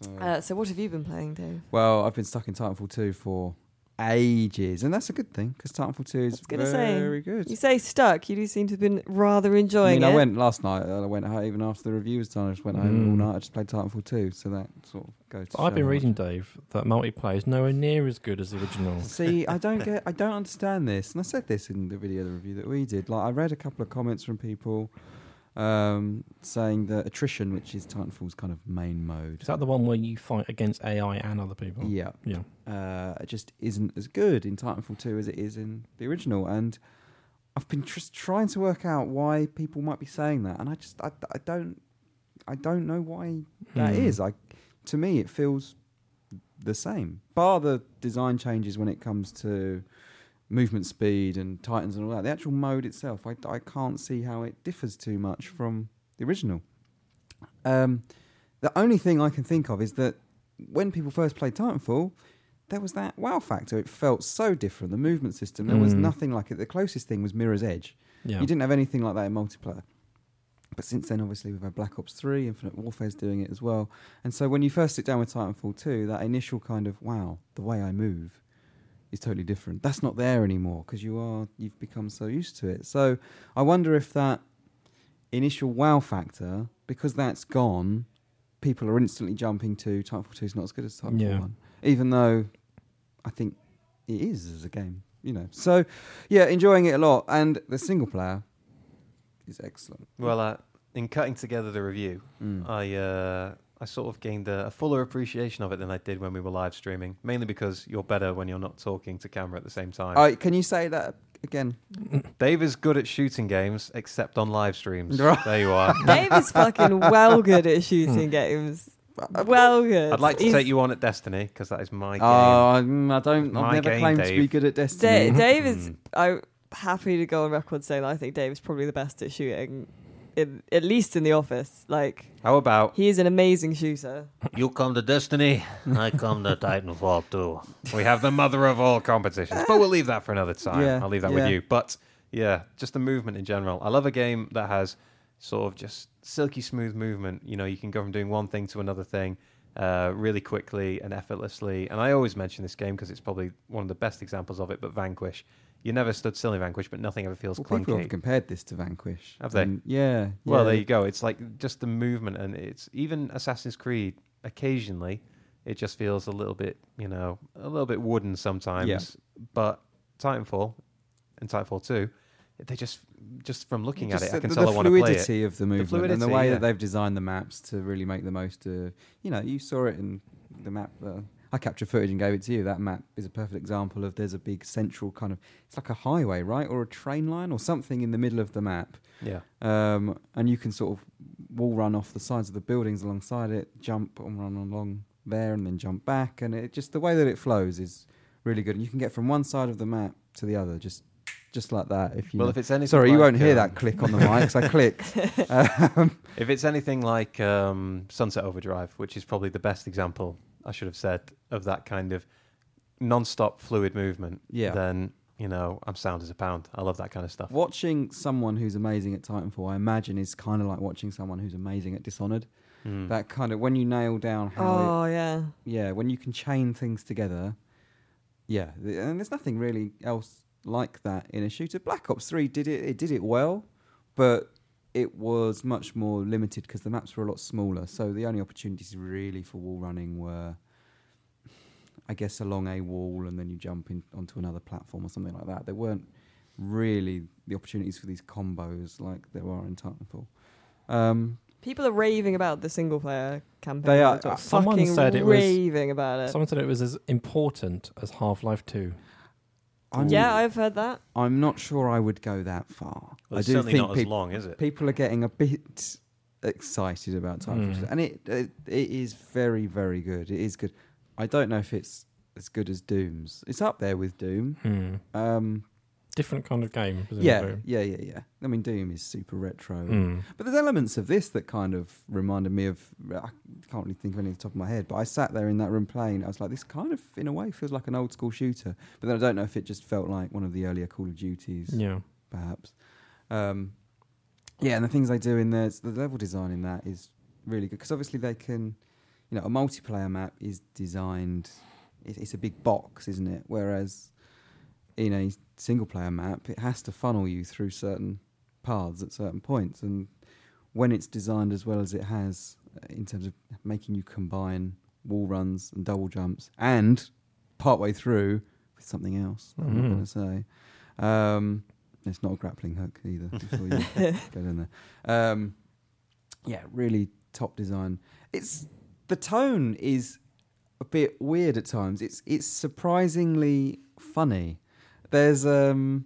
So- Uh, so what have you been playing, Dave? Well, I've been stuck in Titanfall 2 for ages, and that's a good thing because Titanfall 2 is was gonna say, very good. You say stuck. You do seem to have been rather enjoying I mean, it. I went last night. I went out even after the review was done. I just went home all Mm. night. I just played Titanfall 2, so that sort of goes. To I've show been how reading, Dave, that multiplayer is nowhere near as good as the original. much- See, [laughs] I don't get, I don't understand this, and I said this in the video the review that we did. Like, I read a couple of comments from people um, saying that attrition, which is Titanfall's kind of main mode, Is that the one where you fight against AI and other people? yeah, Yeah. uh, it just isn't as good in Titanfall 2 as it is in the original. And I've been just trying to work out why people might be saying that, and I just I, I don't I don't know why that is. Hmm. I to me it feels the same, bar the design changes when it comes to movement speed and Titans and all that. The actual mode itself, I I can't see how it differs too much from the original. Um, the only thing I can think of is that when people first played Titanfall, there was that wow factor. It felt so different. The movement system, there was Mm. nothing like it. The closest thing was Mirror's Edge. Yeah. You didn't have anything like that in multiplayer. But since then, obviously, we've had Black Ops 3, Infinite Warfare's doing it as well. And so when you first sit down with Titanfall 2, that initial kind of, wow, the way I move is totally different. That's not there anymore because you are, you've become so used to it. So I wonder if that initial wow factor, because that's gone, people are instantly jumping to Titanfall 2 is not as good as Titanfall Yeah. 1. Even though I think it is as a game, you know. So yeah, enjoying it a lot. And the single player is excellent. [laughs] Mm. Well, uh, in cutting together the review, I uh, I sort of gained a, a fuller appreciation of it than I did when we were live streaming, mainly because you're better when you're not talking to camera at the same time. All right, can you say that again? Dave is good at shooting games, except on live [laughs] streams. Right. There you are. Dave is fucking well good at shooting games. Well good. I'd like to He's- take you on at Destiny because that is my Oh, game. I mm, I don't. My I've never game, claimed to be Dave. good at Da- Destiny. Dave is. Mm. I'm happy to go on record saying that I think Dave is probably the best at shooting, in, at least in the office. Like How about he is an amazing shooter. you come to Destiny, I come to Titanfall too. We have the mother of all competitions, but we'll leave that for another time. Yeah, I'll leave that yeah. with you. But yeah, just the movement in general. I love a game that has sort of just silky smooth movement. You know, you can go from doing one thing to another thing uh, really quickly and effortlessly. And I always mention this game because it's probably one of the best examples of it. But Vanquish, you never stood still in Vanquish, but nothing ever feels Well, people clunky. have compared this to Vanquish. Have they? And yeah. Well, yeah. there you go. It's like just the movement, and it's even Assassin's Creed. Occasionally, it just feels a little bit, you know, a little bit wooden sometimes. But Titanfall and Titanfall Two, they just just from looking Just at it, I the- can the, tell I want to play it. fluidity of the movement and the fluidity, way yeah. that they've designed the maps to really make the most of. You know, you saw it in the map. Uh, I captured footage and gave it to you. That map is a perfect example of there's a big central kind of. It's like a highway, right, or a train line, or something in the middle of the map, Yeah, um, and you can sort of wall run off the sides of the buildings alongside it, jump and run along there, and then jump back. And it just the way that it flows is really good. And you can get from one side of the map to the other just just like that. If you well, know. if it's anything, Sorry, you like, won't hear um, that click on the mic because I [laughs] clicked. Um, If it's anything like um, Sunset Overdrive, which is probably the best example, I should have said of that kind of non-stop fluid movement. Yeah. Then you know, I'm sound as a pound. I love that kind of stuff. [laughs] watching someone who's amazing at Titanfall, I imagine, is kind of like watching someone who's amazing at Dishonored. Mm. That kind of when you nail down how, it- Oh yeah. yeah, when you can chain things together, yeah. th- And there's nothing really else like that in a shooter. Black Ops Three did it. It did it well, but it was much more limited because the maps were a lot smaller. So the only opportunities really for wall running were. I guess along a wall and then you jump in onto another platform or something like that. There weren't really the opportunities for these combos like there are in Titanfall. Um, People are raving about the single player campaign. They are- They're sort of Someone fucking said it was- raving about it. Someone said it was as important as Half Life 2. I'm, yeah, I've heard that. I'm not sure I would go that far. I Well, it's do certainly think not peop- as long, is it? people are getting a bit excited about Titanfall, Hmm. and it, it it is very very good. It is good. I don't know if it's as good as Doom's. It's up there with Doom. Hmm. Um, different kind of game. Yeah, yeah, yeah, yeah. I mean, Doom is super retro, Mm. but there's elements of this that kind of reminded me of. I can't really think of any off the top of my head, but I sat there in that room playing. I was like, this kind of, in a way, feels like an old school shooter. But then I don't know if it just felt like one of the earlier Call of Duties, Yeah. perhaps. Um, yeah, and the things they do in there, the level design in that is really good because obviously they can, you know, a multiplayer map is designed. It, it's a big box, isn't it? Whereas in a single player map, it has to funnel you through certain paths at certain points, and when it's designed as well as it has uh, in terms of making you combine wall runs and double jumps and partway through with something else that I'm not Mhm. going to say. Um, it's not a grappling hook either. I'm sure you go down there. Um, yeah, really top design. It's the tone is a bit weird at times. It's it's surprisingly funny. There's um,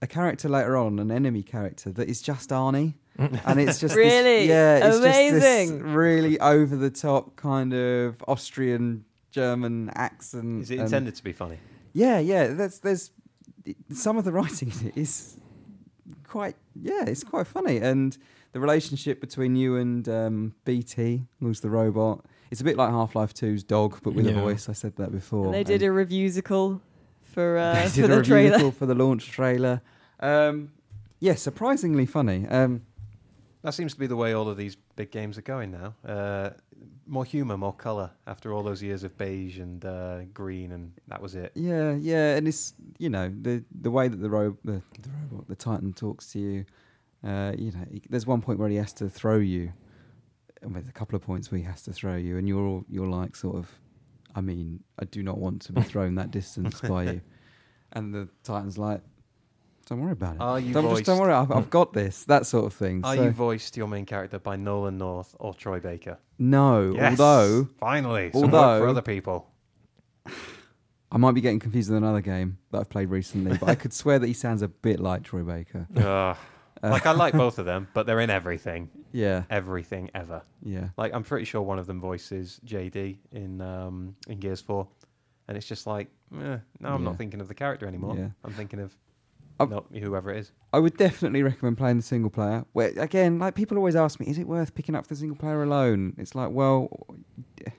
a character later on, an enemy character that is just Arnie, [laughs] and it's just this- Really? yeah, it's Just Amazing. this really over the top kind of Austrian German accent. Is it and- intended to be funny? yeah, yeah. That's there's some of the writing [laughs] in it is quite yeah, it's quite funny, and the relationship between you and um, BT, who's the robot, it's a bit like Half Life 2's dog, but with a Yeah. voice. I said that before. And they did a reviewical for [laughs] they uh, did for a the review trailer. call for the launch trailer. Um, yeah, surprisingly funny. Um, That seems to be the way all of these big games are going now. Uh, more humor, more color. After all those years of beige and uh, green, and that was it. Yeah, yeah, and it's you know the the way that the ro- the, the robot the Titan talks to you. Uh, you know, he- there's one point where he has to throw you, and there's a couple of points where he has to throw you, and you're all, you're like sort of, I mean, I do not want [laughs] to be thrown that distance by you, and the Titan's like, don't worry about it. Are you don't voiced? just don't worry. I've, I've got this. That sort of thing. Are So- you voiced your main character by Nolan North or Troy Baker? no, Yes. although finally, some work for although- other [laughs] people. I might be getting confused with another game that I've played recently, but I could [laughs] swear that he sounds a bit like Troy Baker. Uh, Ugh. like I like both of them, but they're in everything, Yeah, everything ever. yeah. Like I'm pretty sure one of them voices JD in um, in Gears Four, and it's just like, eh, no, I'm Yeah. not thinking of the character anymore. Yeah. I'm thinking of I've- no, whoever it is. I would definitely recommend playing the single player. Where again, like people always ask me, is it worth picking up the single player alone? It's like, well, [sighs]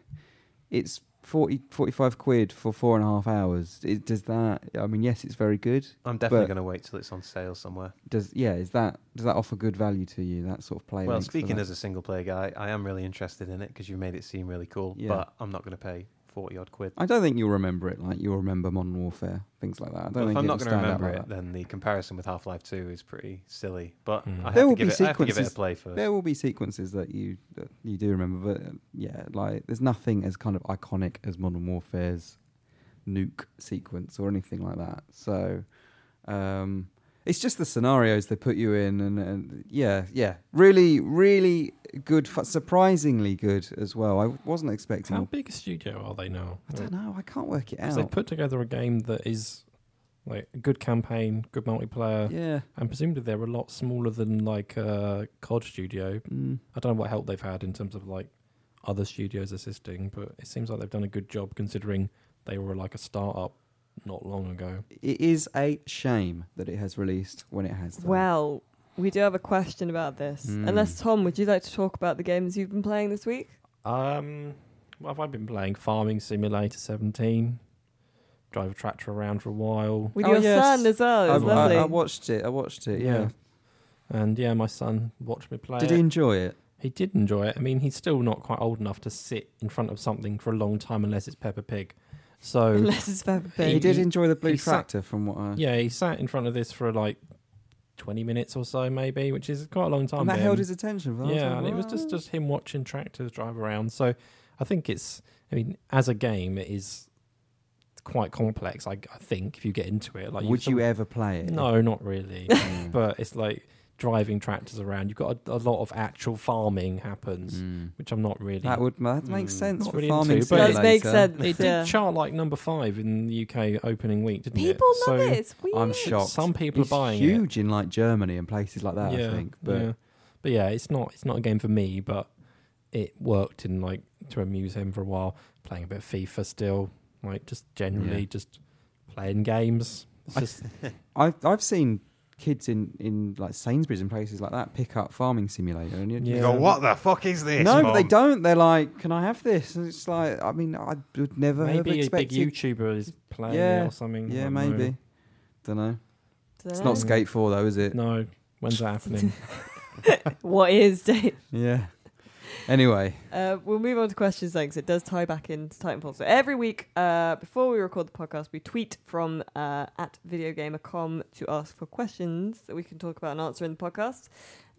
it's 40, 45 quid for four and a half hours. It, does that? I mean, yes, it's very good. I'm definitely But- going to wait till it's on sale somewhere. Does yeah? Is that does that offer good value to you? That sort of play. well, length for speaking that? as a single player guy, I am really interested in it because you made it seem really cool. Yeah. But I'm not going to pay forty odd quid. I don't think you'll remember it like you'll remember Modern Warfare, things like that. I don't Well, think if I'm it'll not going to stand out remember like it, that. then the comparison with Half Life Two is pretty silly. But Hmm. I, have There to will give be it, I have to give it a sequences- play first. There will be sequences that you that you do remember, but uh, yeah, like there's nothing as kind of iconic as Modern Warfare's nuke sequence or anything like that. So um, it's just the scenarios they put you in, and, and yeah, yeah, really, really good, fu- surprisingly good as well. I wasn't expecting. How big a studio are they now? I don't know. I can't work it 'Cause They out. put together a game that is like a good campaign, good multiplayer, yeah. and presumably they're a lot smaller than like uh, COD Studio. Mm. I don't know what help they've had in terms of like other studios assisting, but it seems like they've done a good job considering they were like a startup not long ago. It is a shame that it has released when it has. done. Well, we do have a question about this. Mm. Unless Tom, would you like to talk about the games you've been playing this week? Um, what have I been playing? Farming Simulator 17. Drive a tractor around for a while. With Oh, your yes. son as well. It I, was lovely. I, [laughs] I watched it. I watched it. Yeah. And yeah, my son watched me play. Did it. he enjoy it? He did enjoy it. I mean, he's still not quite old enough to sit in front of something for a long time unless it's Peppa Pig. So, Unless it's Peppa He He, Pig. did he- enjoy the blue he sat- tractor, from what I. yeah, he sat in front of this for like 20 minutes or so, maybe, which is quite a long time. and that for held him. his attention. For the last Yeah, time. and it was just, just him watching tractors drive around. So, I think it's, I mean, as a game, it is quite complex, I, I think, if you get into it. Like, Would sort you of- ever play it? [laughs] No, [laughs] not really. Mm. but it's like driving tractors around. You've got a, a lot of actual farming happens, Mm. which I'm not really. That would that makes Mm. sense Not for really farming. into, but does it simulator. make sense. It yeah. did chart like number five in the UK opening week, didn't it? People so love it. It's weird. I'm shocked. Some people it's are buying it. huge in like Germany and places like that. I think, but yeah. But yeah, it's not it's not a game for me, but it worked in like to amuse him for a while. Playing a bit of FIFA still, like just generally Yeah. just playing games. It's just, I've I've seen kids in in like Sainsbury's and places like that pick up Farming Simulator, and you, You Yeah. go, what the fuck is this? no, but Mum?" they don't. They're like, can I have this? And it's like, I mean, I would never have maybe a big expected. YouTuber is playing Yeah. it or something. I yeah, don't know. maybe. Don't know. It's Dunno. not Skate Four though, is it? No, when's that [laughs] happening? what is Dave? Yeah. Anyway, Uh, we'll move on to questions then, 'cause it does tie back into Titanfall. So every week, uh, before we record the podcast, we tweet from uh, at VideoGamerCom to ask for questions that we can talk about and answer in the podcast.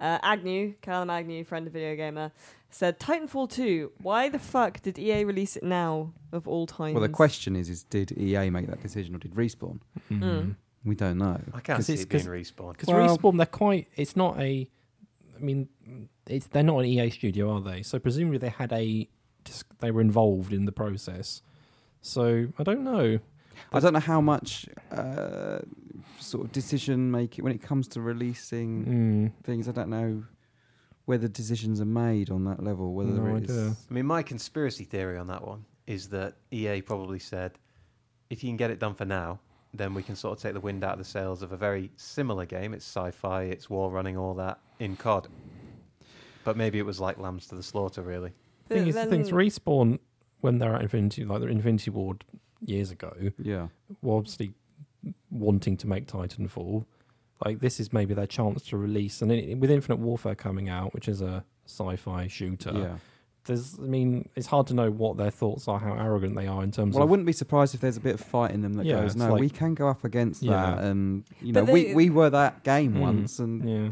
Uh, Agnew, Callum Agnew, friend of Video Gamer, said Titanfall 2, why the fuck did EA release it now of all time? well, the question is: is did EA make that decision or did Respawn? Hmm. Mm. We don't know. I can't 'Cause see it's- it being respawned. Because Well- Respawn, they're quite. It's not a. I mean, it's they're not an EA studio, are they? So presumably they had a. dis- They were involved in the process. So I don't know. I don't know how much uh, sort of decision making when it comes to releasing Mm. things. I don't know whether decisions are made on that level. Whether No it is idea. I mean, my conspiracy theory on that one is that EA probably said, if you can get it done for now, then we can sort of take the wind out of the sails of a very similar game. It's sci-fi, it's war running, all that in COD. But maybe it was like lambs to the slaughter, really. But thing is, the things then- Respawn when they're at Infinity, like their Infinity Ward years ago, yeah. were obviously wanting to make Titanfall. Like this is maybe their chance to release, and in, with Infinite Warfare coming out, which is a sci-fi shooter, Yeah. there's. I mean, it's hard to know what their thoughts are, how arrogant they are in terms Well, I of. wouldn't be surprised if there's a bit of fight in them that Yeah, goes, it's no, like- we can go up against Yeah. that. And, you know, But we, they- we were that game Mm. once. And yeah.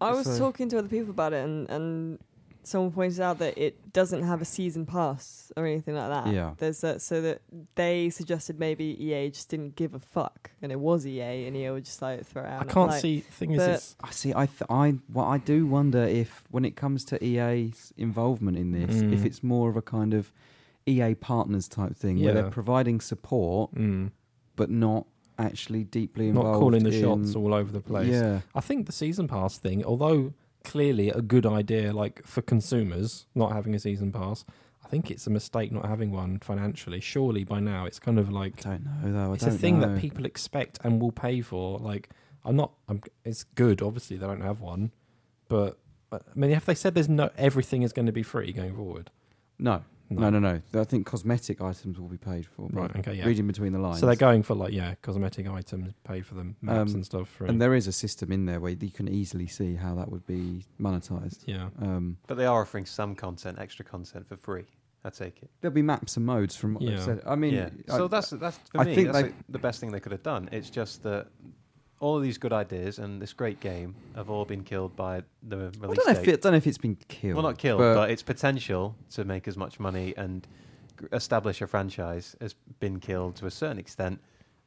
I was So- talking to other people about it, and, and someone pointed out that it doesn't have a season pass or anything like that. Yeah. There's that, so that they suggested maybe EA just didn't give a fuck, and it was EA, and EA would just like throw it out. I and can't like- see. Thing is, but- it's I see, I, th- I, well, I do wonder if, when it comes to EA's involvement in this, Mm. if it's more of a kind of EA partners type thing where Yeah. they're providing support mm, but not actually deeply not Hmm. involved. calling the in- shots all over the place. Yeah. I think the season pass thing, although clearly a good idea, like for consumers not having a season pass, I think it's a mistake not having one financially. Surely by now, it's kind of like I don't know, though. I it's a don't thing know. that people expect and will pay for. Like, I'm not. I'm, it's good, obviously. They don't have one, but uh, I mean, have they said there's no everything is going to be free going forward? No, no, no, no. I think cosmetic items will be paid for. by Right, okay, yeah. Reading between the lines. So they're going for like yeah, cosmetic items, pay for them, maps Um, and stuff. Free. And there is a system in there where you can easily see how that would be monetized. yeah, Um, But they are offering some content, extra content for free. I take it. there'll be maps and modes from what I've Yeah. said. I mean, yeah. I- so that's that's for I me. think that's they- like the best thing they could have done. It's just that all of these good ideas and this great game have all been killed by the release I don't know, if date. it, don't know if it's been killed. well, not killed, but, its potential to make as much money and g- establish a franchise has been killed to a certain extent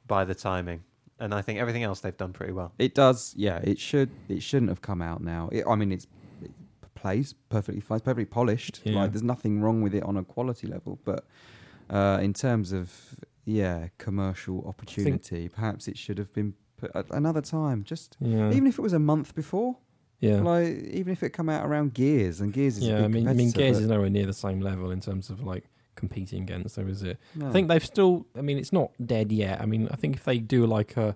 by the timing. And I think everything else they've done pretty well. it does. Yeah, it should. It shouldn't have come out now. It, I mean, it's it plays perfectly fine, perfectly polished. Yeah. Like there's nothing wrong with it on a quality level, but uh, in terms of yeah, commercial opportunity, perhaps it should have been put at another time. Just yeah, even if it was a month before. yeah. Like even if it come out around Gears and Gears is a yeah, big I mean, I mean, competitor, Gears but is nowhere near the same level in terms of like competing against. Though, is it? no. I think they've still. I mean, it's not dead yet. I mean, I think if they do like a, like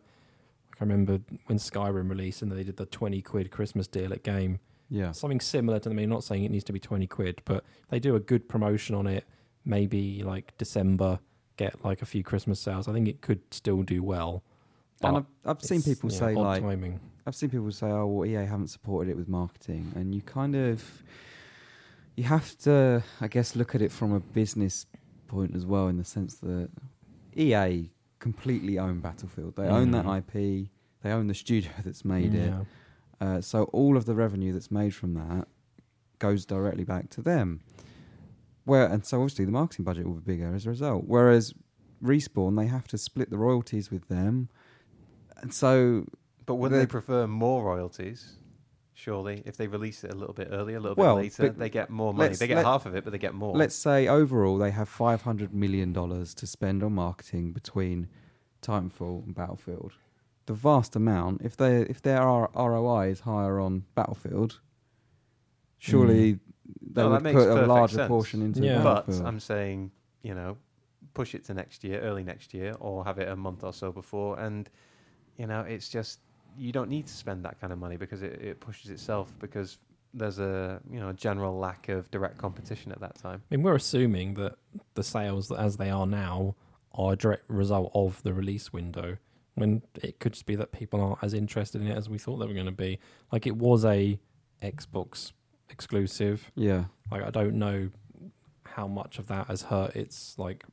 I remember when Skyrim released and they did the twenty quid Christmas deal at Game, yeah, something similar to. I mean, not saying it needs to be twenty quid, but if they do a good promotion on it. Maybe like December, get like a few Christmas sales. I think it could still do well. but and I've, I've seen It's, people yeah, say odd like timing. I've seen people say, "Oh, well, EA haven't supported it with marketing," and you kind of you have to, I guess, look at it from a business point as well, in the sense that EA completely own Battlefield. They own that Mhm. IP. They own the studio [laughs] that's made it. Mm, Yeah. Uh, so all of the revenue that's made from that goes directly back to them. Where and so obviously the marketing budget will be bigger as a result. Whereas Respawn, they have to split the royalties with them, and so But wouldn't they They- prefer more royalties? Surely, if they release it a little bit earlier, a little Well, bit later, but they get more money. let's- They get let- half of it, but they get more. let's say overall they have five hundred million dollars to spend on marketing between Titanfall and Battlefield. The vast amount, if they if their R- ROI is higher on Battlefield, surely they No, that would makes put a perfect larger sense. portion into Yeah. But um, Battlefield. I'm saying, you know, push it to next year, early next year, or have it a month or so before, and You know, it's just you don't need to spend that kind of money because it, it pushes itself because there's a you know a general lack of direct competition at that time. I mean, we're assuming that the sales that as they are now are a direct result of the release window. When it could just be that people aren't as interested in it as we thought they were going to be. Like it was a Xbox exclusive. Yeah. Like I don't know how much of that has hurt its like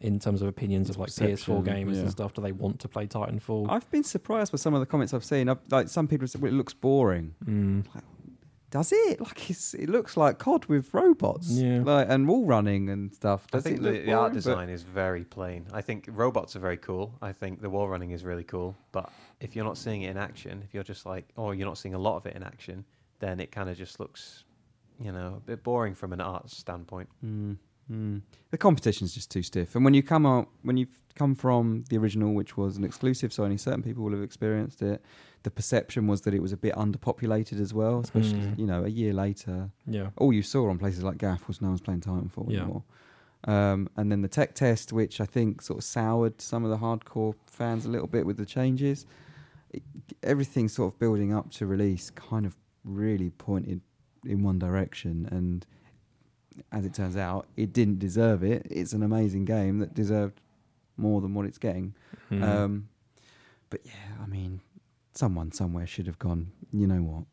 in terms of opinions Its of like PS4 perception, gamers yeah. and stuff. Do they want to play Titanfall? I've been surprised by some of the comments I've seen. I've, like some people said, well, it looks boring. Mm. Does it? Like it's, it looks like COD with robots, Yeah. like and wall running and stuff. I Does think it the, look the art boring? design is very plain. I think robots are very cool. I think the wall running is really cool. But if you're not seeing it in action, if you're just like, or you're not seeing a lot of it in action, then it kind of just looks, you know, a bit boring from an art standpoint. But, mm, mm. The competition's just too stiff. And when you come out, when you've come from the original, which was an exclusive, so only certain people will have experienced it. The perception was that it was a bit underpopulated as well, especially Mm. you know a year later. Yeah. all Oh, you saw on places like Gaff was no one's playing Titanfall Yeah. anymore. Um, and then the tech test, which I think sort of soured some of the hardcore fans a little bit with the changes. It, everything sort of building up to release kind of really pointed in one direction, and as it turns out, it didn't deserve it. It's an amazing game that deserved more than what it's getting. Mm. Um, but yeah, I mean, someone somewhere should have gone. You know what?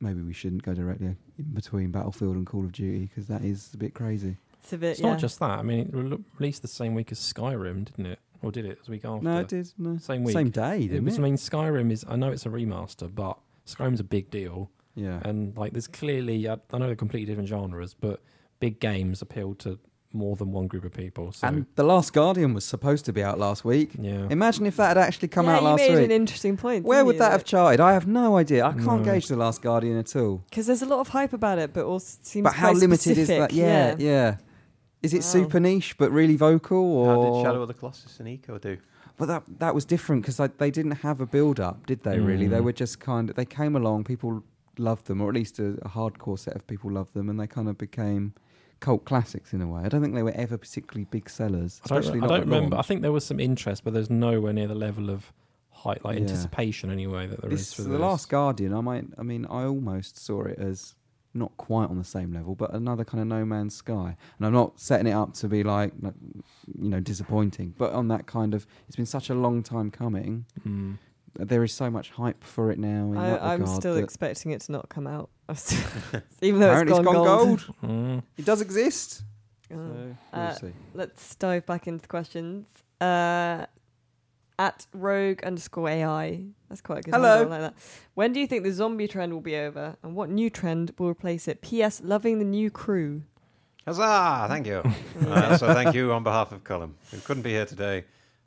Maybe we shouldn't go directly in between Battlefield and Call of Duty because that is a bit crazy. It's a bit. it's yeah. not just that. I mean, it re- released the same week as Skyrim, didn't it? Or did it? It was the week after. No, it did. No, Same week. same day, It didn't was, it? I mean, Skyrim is. I know it's a remaster, but Skyrim's a big deal, yeah, and like, there's clearly. I, I know they're completely different genres, but big games appeal to more than one group of people. So and The Last Guardian was supposed to be out last week. yeah, Imagine if that had actually come yeah, out last you made an week. interesting point. Where would that have charted? I have no idea. I No. can't gauge The Last Guardian at all. Because there's a lot of hype about it, but also seems. but how quite limited is specific, that? Yeah, yeah. Is it Wow. super niche but really vocal, or How did Shadow of the Colossus and Eco do? But that that was different because they didn't have a build up, did they? Really, they Mm. were just kind of they came along. People loved them, or at least a, a hardcore set of people loved them, and they kind of became cult classics in a way. I don't think they were ever particularly big sellers. I don't, Especially I not don't at remember. I launch. think there was some interest, but there's nowhere near the level of hype, like Yeah. anticipation anyway, that there is This, for the this. Last Guardian. I might. I mean, I almost saw it as not quite on the same level, but another kind of No Man's Sky. And I'm not setting it up to be like, like, you know, disappointing, but on that kind of. It's been such a long time coming. Mm. There is so much hype for it now. In that I, I'm regard still that- expecting it to not come out. [laughs] I'm still- Even though Apparently it's gone, gold. Mm. It does exist. [laughs] Oh. we'll Uh, see. Let's dive back into the questions. Uh, at rogue underscore AI. That's quite a good Hello. handle, I like that. When do you think the zombie trend will be over? And what new trend will replace it? P.S. Loving the new crew. Huzzah! Thank [laughs] you. uh, so thank you on behalf of Cullum, who couldn't be here today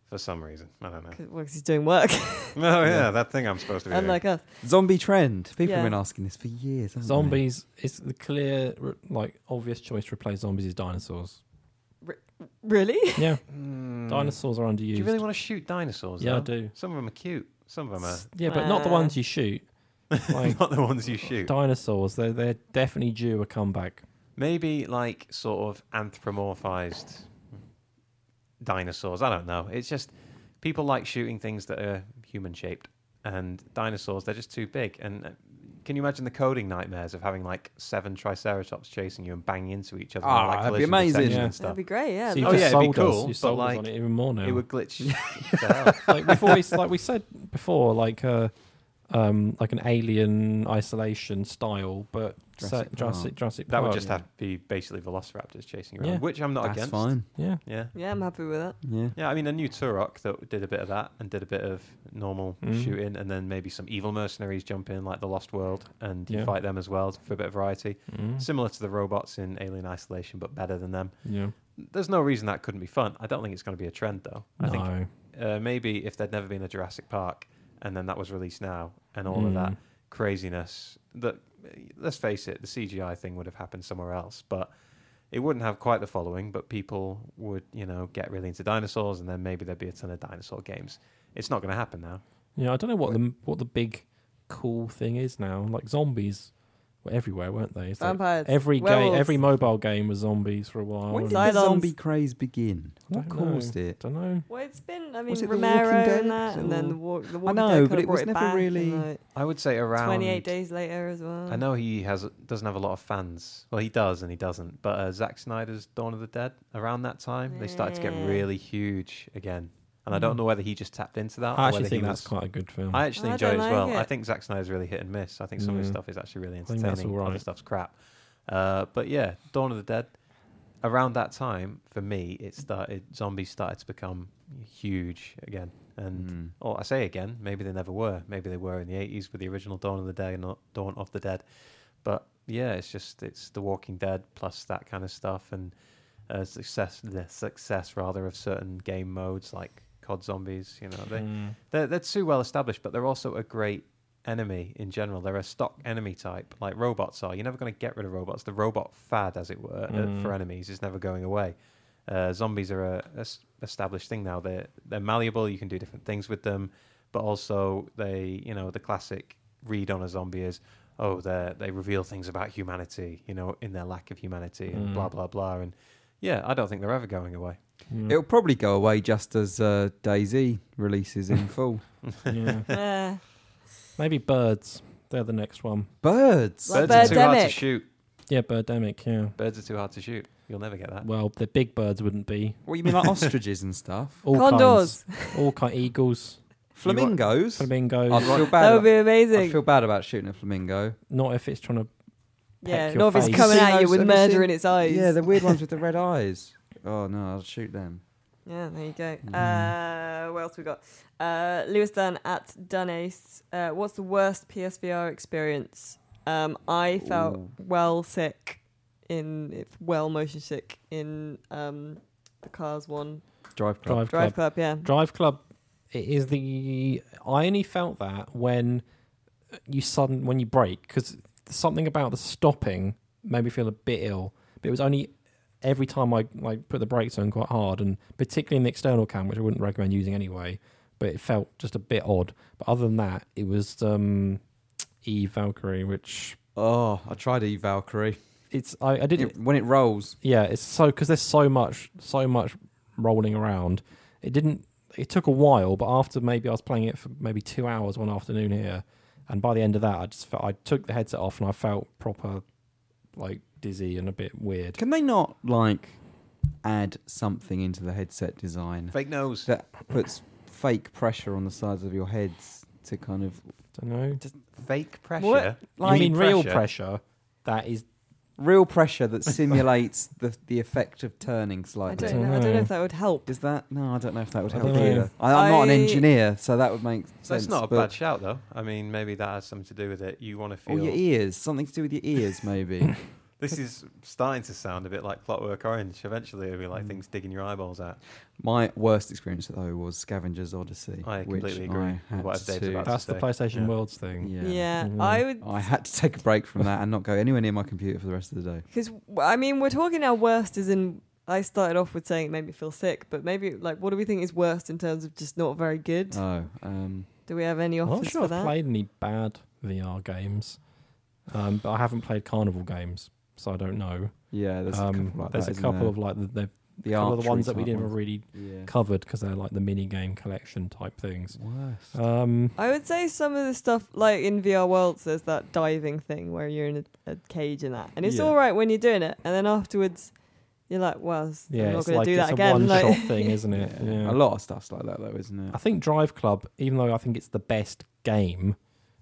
for some reason. I don't know. Because he's doing work, Oh yeah, that thing I'm supposed to be [laughs] doing. unlike us. Zombie trend. People Yeah. have been asking this for years. haven't they? Zombies. It's the clear, r- like, obvious choice to replace zombies is [laughs] dinosaurs. Really? Yeah, Hmm. dinosaurs are underused. Do you really want to shoot dinosaurs? yeah, I though? do. Some of them are cute. Some of them are Yeah, but not the Uh, ones you shoot. [laughs] Like [laughs] not the ones you shoot. dinosaurs, they're they're definitely due a comeback. Maybe like sort of anthropomorphized dinosaurs. I don't know. It's just people like shooting things that are human shaped, and dinosaurs they're just too big. And uh, can you imagine the coding nightmares of having like seven triceratops chasing you and banging into each other? and, Ah, like, that'd be collision detection amazing. Yeah. And That'd stuff. be great. Yeah. So you Oh, just yeah, it'd be sold cool, us, you but, sold us like, on it even more now. [laughs] It would glitch. [laughs] What the hell? like before we like we said before, like uh, um, like an alien isolation style, but Jurassic Jurassic Jurassic, Park. Jurassic That would Park. just have to be basically velociraptors chasing around, Yeah. which I'm not Oh, That's against. fine. yeah. Yeah. Yeah, I'm happy with that. Yeah. Yeah, I mean, a new Turok that did a bit of that and did a bit of normal Mm. shooting, and then maybe some evil mercenaries jump in, like the Lost World, and you Yeah. fight them as well for a bit of variety. Mm. Similar to the robots in Alien Isolation, but better than them. yeah. There's no reason that couldn't be fun. I don't think it's going to be a trend, though. I No. think uh, maybe if there'd never been a Jurassic Park and then that was released now and all of that Mm. craziness that let's face it the CGI thing would have happened somewhere else but it wouldn't have quite the following but people would you know get really into dinosaurs and then maybe there'd be a ton of dinosaur games it's not going to happen now Yeah, I don't know what the what the big cool thing is now. Like zombies were everywhere, weren't they? It's like Vampires. every game, werewolves. every mobile game was zombies for a while. When and- did the Cylons. zombie craze begin? I What don't know. caused it? don't know. Well, it's been. I mean, Was it The Walking Romero Dead and that, and then or- the walk. The Walking know, Dead kinda but it brought was never back in, really- like, I would say around 28 days later as well. I know he has doesn't have a lot of fans. Well, he does and he doesn't. But uh, Zack Snyder's Dawn of the Dead around that time, they started to get Yeah. Hmm. really huge again. And I don't Mm. know whether he just tapped into that. I or actually whether he think that's was- quite a good film. I actually Oh, I enjoy it don't as well. like I it. think Zack Snyder's really hit and miss. I think some of his Yeah. stuff is actually really Mm. think that's entertaining. all Other right. stuff's crap. Uh, but yeah, Dawn of the Dead. Around that time, for me, it started. Zombies started to become huge again, and Mm. or I say again, maybe they never were. Maybe they were in the eighties with the original Dawn of the Dead, not Dawn of the Dead. But yeah, it's just it's The Walking Dead plus that kind of stuff, and uh, success the success rather of certain game modes like COD Zombies. You know, they Mm. they're, they're too well established, but they're also a great enemy in general. They're a stock enemy type, like robots are. You're never going to get rid of robots. The robot fad, as it were, uh, Mm. for enemies is never going away. Uh, zombies are a, a s- established thing now. They're they're malleable. You can do different things with them, but also they, you know, the classic read on a zombie is, oh, they they reveal things about humanity, you know, in their lack of humanity and Mm. blah blah blah. And yeah, I don't think they're ever going away. Mm. It'll probably go away just as uh, Daisy releases in full. Yeah. Yeah. Maybe birds. They're the next one. Birds. Like Birds are too hard to Birdemic. shoot. Yeah, Birdemic. Yeah. Birds are too hard to shoot. You'll never get that. Well, the big birds wouldn't be. What you mean, like ostriches and [laughs] stuff? All Condors. Kinds, all kind eagles, Flamingos. flamingos. I'd feel That bad. would be about, amazing. I'd feel bad about shooting a flamingo. Not if it's trying to. yeah, peck your not if it's face. coming Have you at you seen with those- have you murder seen- in its eyes. Yeah, the weird ones [laughs] with the red eyes. Oh no, I'll shoot them. Yeah, there you go. Uh, what else we got? Uh, Lewis Dunn at Dunace. Uh, what's the worst PSVR experience? Um, I felt Ooh. well sick in if well motion sick in um, the Cars One Drive club. Drive Drive Club. Club. Yeah, Drive Club. It is the. I only felt that when you sudden when you brake because something about the stopping made me feel a bit ill. But it was only every time I like put the brakes on quite hard, and particularly in the external cam, which I wouldn't recommend using anyway. But it felt just a bit odd. But other than that, it was um, Eve Valkyrie, which Oh, I tried E Valkyrie. it's I, I didn't It- when it rolls, yeah it's so because there's so much so much rolling around it didn't it took a while but after maybe i was playing it for maybe two hours one afternoon here and by the end of that i just felt i took the headset off and i felt proper like dizzy and a bit weird can they not like add something into the headset design Fake nose. that puts fake pressure on the sides of your heads to kind of don't know fake pressure. What? i mean real pressure that is real pressure that simulates the the effect of turning I slightly? don't know. I don't know if that would help. Is that no? I don't know if that would I help don't know. either. I, I'm not an I- engineer, so that would make sense. That's not a but- Oh, bad shout, though. I mean, maybe that has something to do with it. You want to Or feel. your ears, something to do with your [laughs] ears, maybe. this is starting to sound a bit like Clockwork Orange. Eventually, it'll be like things digging your eyeballs out. My worst experience though was Scavenger's Odyssey. I which completely agree I with had what Dave's to- about to that's the say. playstation Yeah. worlds thing Yeah, yeah. Mhm. I would. I had to take a break from that and not go anywhere near my computer for the rest of the day. Because I mean, we're talking our worst is in. I started off with saying it made me feel sick, but maybe like, what do we think is worst in terms of just not very good? Oh, um, do we have any i'm offers not sure for i've that? played any bad vr games um, but i haven't played carnival games so i don't know yeah. There's a um, couple like there's that, a isn't couple there? of like the, the, the couple of the archery ones that we type didn't ones. really Yeah. covered because they're like the mini game collection type things. Worst. Um, I would say some of the stuff like in VR Worlds, there's that diving thing where you're in a, a cage and that, and it's Yeah. all right when you're doing it, and then afterwards, you're like, well, s- yeah, I'm not it's going like to do it's that a again. [laughs] one-shot Like, thing, isn't it? Yeah. Yeah. A lot of stuff's like that though, isn't I it? think Drive Club, even though I think it's the best game,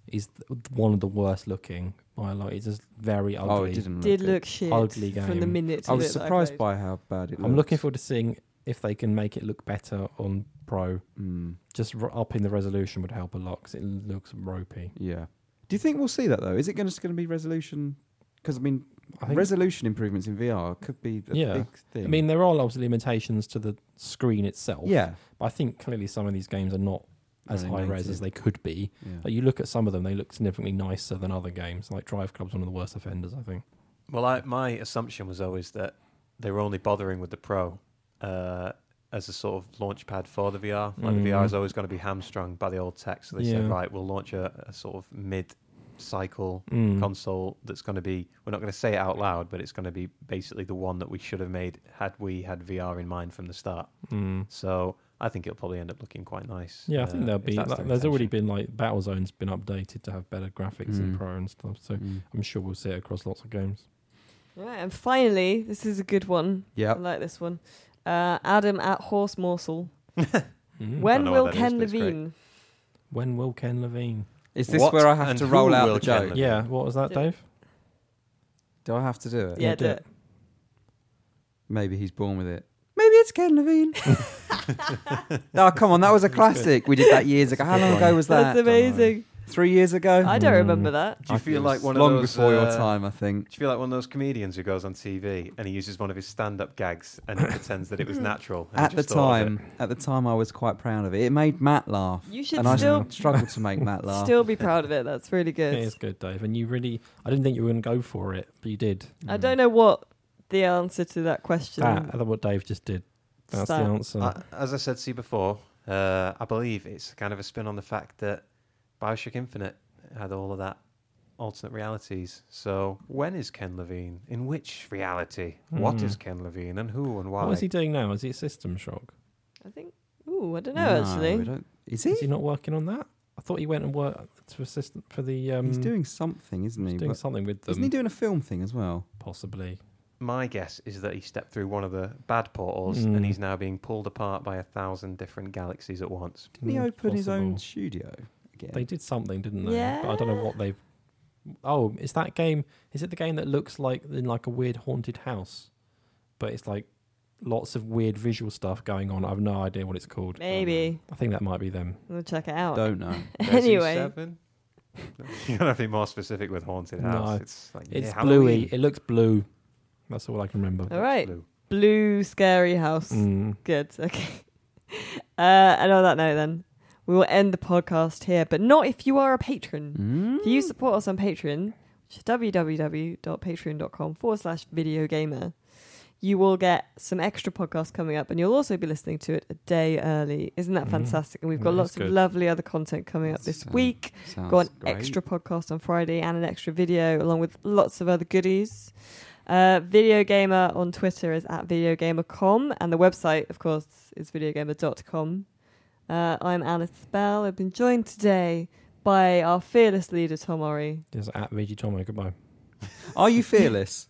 is th- one of the worst looking. By like, it's just very ugly. Oh, it didn't. did good. look shit Ugly from the game. minute. I of was it that surprised played. by how bad it. I'm looked. looking forward to seeing if they can make it look better on Pro. Mm, Just r- upping the resolution would help a lot because it looks ropey. yeah. Do you think we'll see that though? Is it gonna, just going to be resolution? Because I mean, I think resolution improvements in VR could be a Yeah. big thing. I mean, there are obviously limitations to the screen itself. yeah. But I think clearly some of these games are not as Really high make res it- as they could be. yeah. Like you look at some of them, they look significantly nicer than other games. Like Drive Club's one of the worst offenders, I think. Well, I, my assumption was always that they were only bothering with the Pro uh, as a sort of launch pad for the VR. Like, the VR Mm. is always going to be hamstrung by the old tech. So they said, Yeah. right, we'll launch a, a sort of mid cycle Mm. console that's going to be we're not going to say it out loud but it's going to be basically the one that we should have made had we had VR in mind from the start Mm. so I think it'll probably end up looking quite nice Yeah, I uh, think there'll if be. that's like, the there's already intention. been like Battlezone's been updated to have better graphics and Mm. pro and stuff. So Mm. I'm sure we'll see it across lots of games. Right, and finally, this is a good one. Yep. I like this one. Uh, Adam at Horse Morsel. Mm. When know will what that is, Ken but it's great. Levine? When will Ken Levine? Is this What where I have and to who roll out will the joke? Ken- Yeah, what was that, Do it. Dave? Do I have to do it? Yeah, do do it. it. [laughs] Maybe he's born with it. Maybe it's Ken Levine. oh, come on. That was a classic. We did that years ago. How long ago was that? That's amazing. Three years ago? I don't Mm. remember that. do you feel like one long of those before your uh, time, I think. Do you feel like one of those comedians who goes on TV and he uses one of his stand-up gags and pretends that [laughs] it was natural? and he At the just thought of it? time, at the time, I was quite proud of it. It made Matt laugh, You should and I still- struggled to make [laughs] Matt laugh. Still be proud of it. That's really It good. is good, Dave. And you really, I didn't think you were going to go for it, but you did. I don't know what the answer to that question. Mm. That, that's what Dave just did. That's Stat. the answer. I- as I said to you before, uh, I believe it's kind of a spin on the fact that Bioshock Infinite had all of that alternate realities. So when is Ken Levine? In which reality? What Hmm. is Ken Levine and who and why? what is he doing now? Is he at System Shock? I think. Ooh, I don't know No, I actually. don't- Is he? Is he not working on that? I thought he went and worked to assistant for the. Um, he's doing something, isn't he's he? doing But- something with them, Isn't he doing a film thing as well? possibly. My guess is that he stepped through one of the bad portals Hmm. and he's now being pulled apart by a thousand different galaxies [laughs] at once. Didn't he Mm, open his own possible. studio again? They did something, didn't they? But I don't know what they've. Oh, is that game? Is it the game that looks like in like a weird haunted house, but it's like lots of weird visual stuff going on? I have no idea what it's called. Maybe I think that might be them. we'll check it out. Don't know. Resi Anyway. Seven? [laughs] You're gonna be more specific with haunted No. house. It's like It's yeah, bluey. Halloween. It looks blue. That's all I can remember. All right, Blue. blue scary house. Mm. Good. [laughs] Okay. Uh, and on that note, then we will end the podcast here, but not if you are a patron. Mm. If you support us on Patreon, which is www.patreon.com forward slash video gamer, you will get some extra podcasts coming up and you'll also be listening to it a day early. Isn't that Mm. fantastic? And we've got That is lots of good. lovely other content coming up this Sounds week. Sounds Got an great. extra podcast on Friday and an extra video along with lots of other goodies. Uh, video Gamer on Twitter is at videogamer.com and the website, of course, is videogamer.com. Uh, I'm Alice Bell. I've been joined today by our fearless leader, Tom Ori. Just at VG Tomo. Goodbye. [laughs] Are you fearless?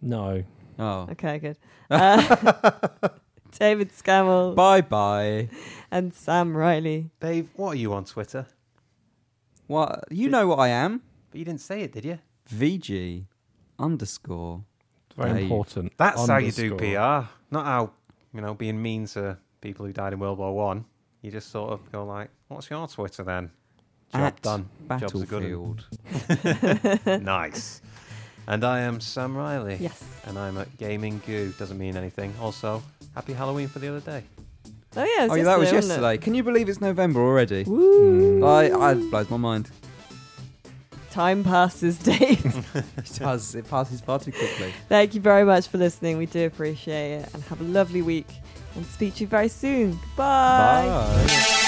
No. Oh, Okay, [laughs] good. Uh, [laughs] David Scammell bye bye. and Sam Riley. Dave, what are you on Twitter? What you know what I am? But you didn't say it, did you? VG underscore. It's very Dave. important. That's how you do Underscore. PR. Not how you know being mean to people who died in World War One. You just sort of go like, "What's your Twitter then?" Job At done. Job's a good Battlefield. one. [laughs] nice. And I am Sam Riley. Yes. And I'm at Gaming Goo. Doesn't mean anything. Also, happy Halloween for the other day. Oh, yeah. it Oh, yeah, that was wasn't it? yesterday. Can you believe it's November already? Woo. I, I it blows my mind. [laughs] Time passes, [laughs] Dave. It does. It passes far too quickly. Thank you very much for listening. We do appreciate it. And have a lovely week. And speak to you very soon. Goodbye. Bye.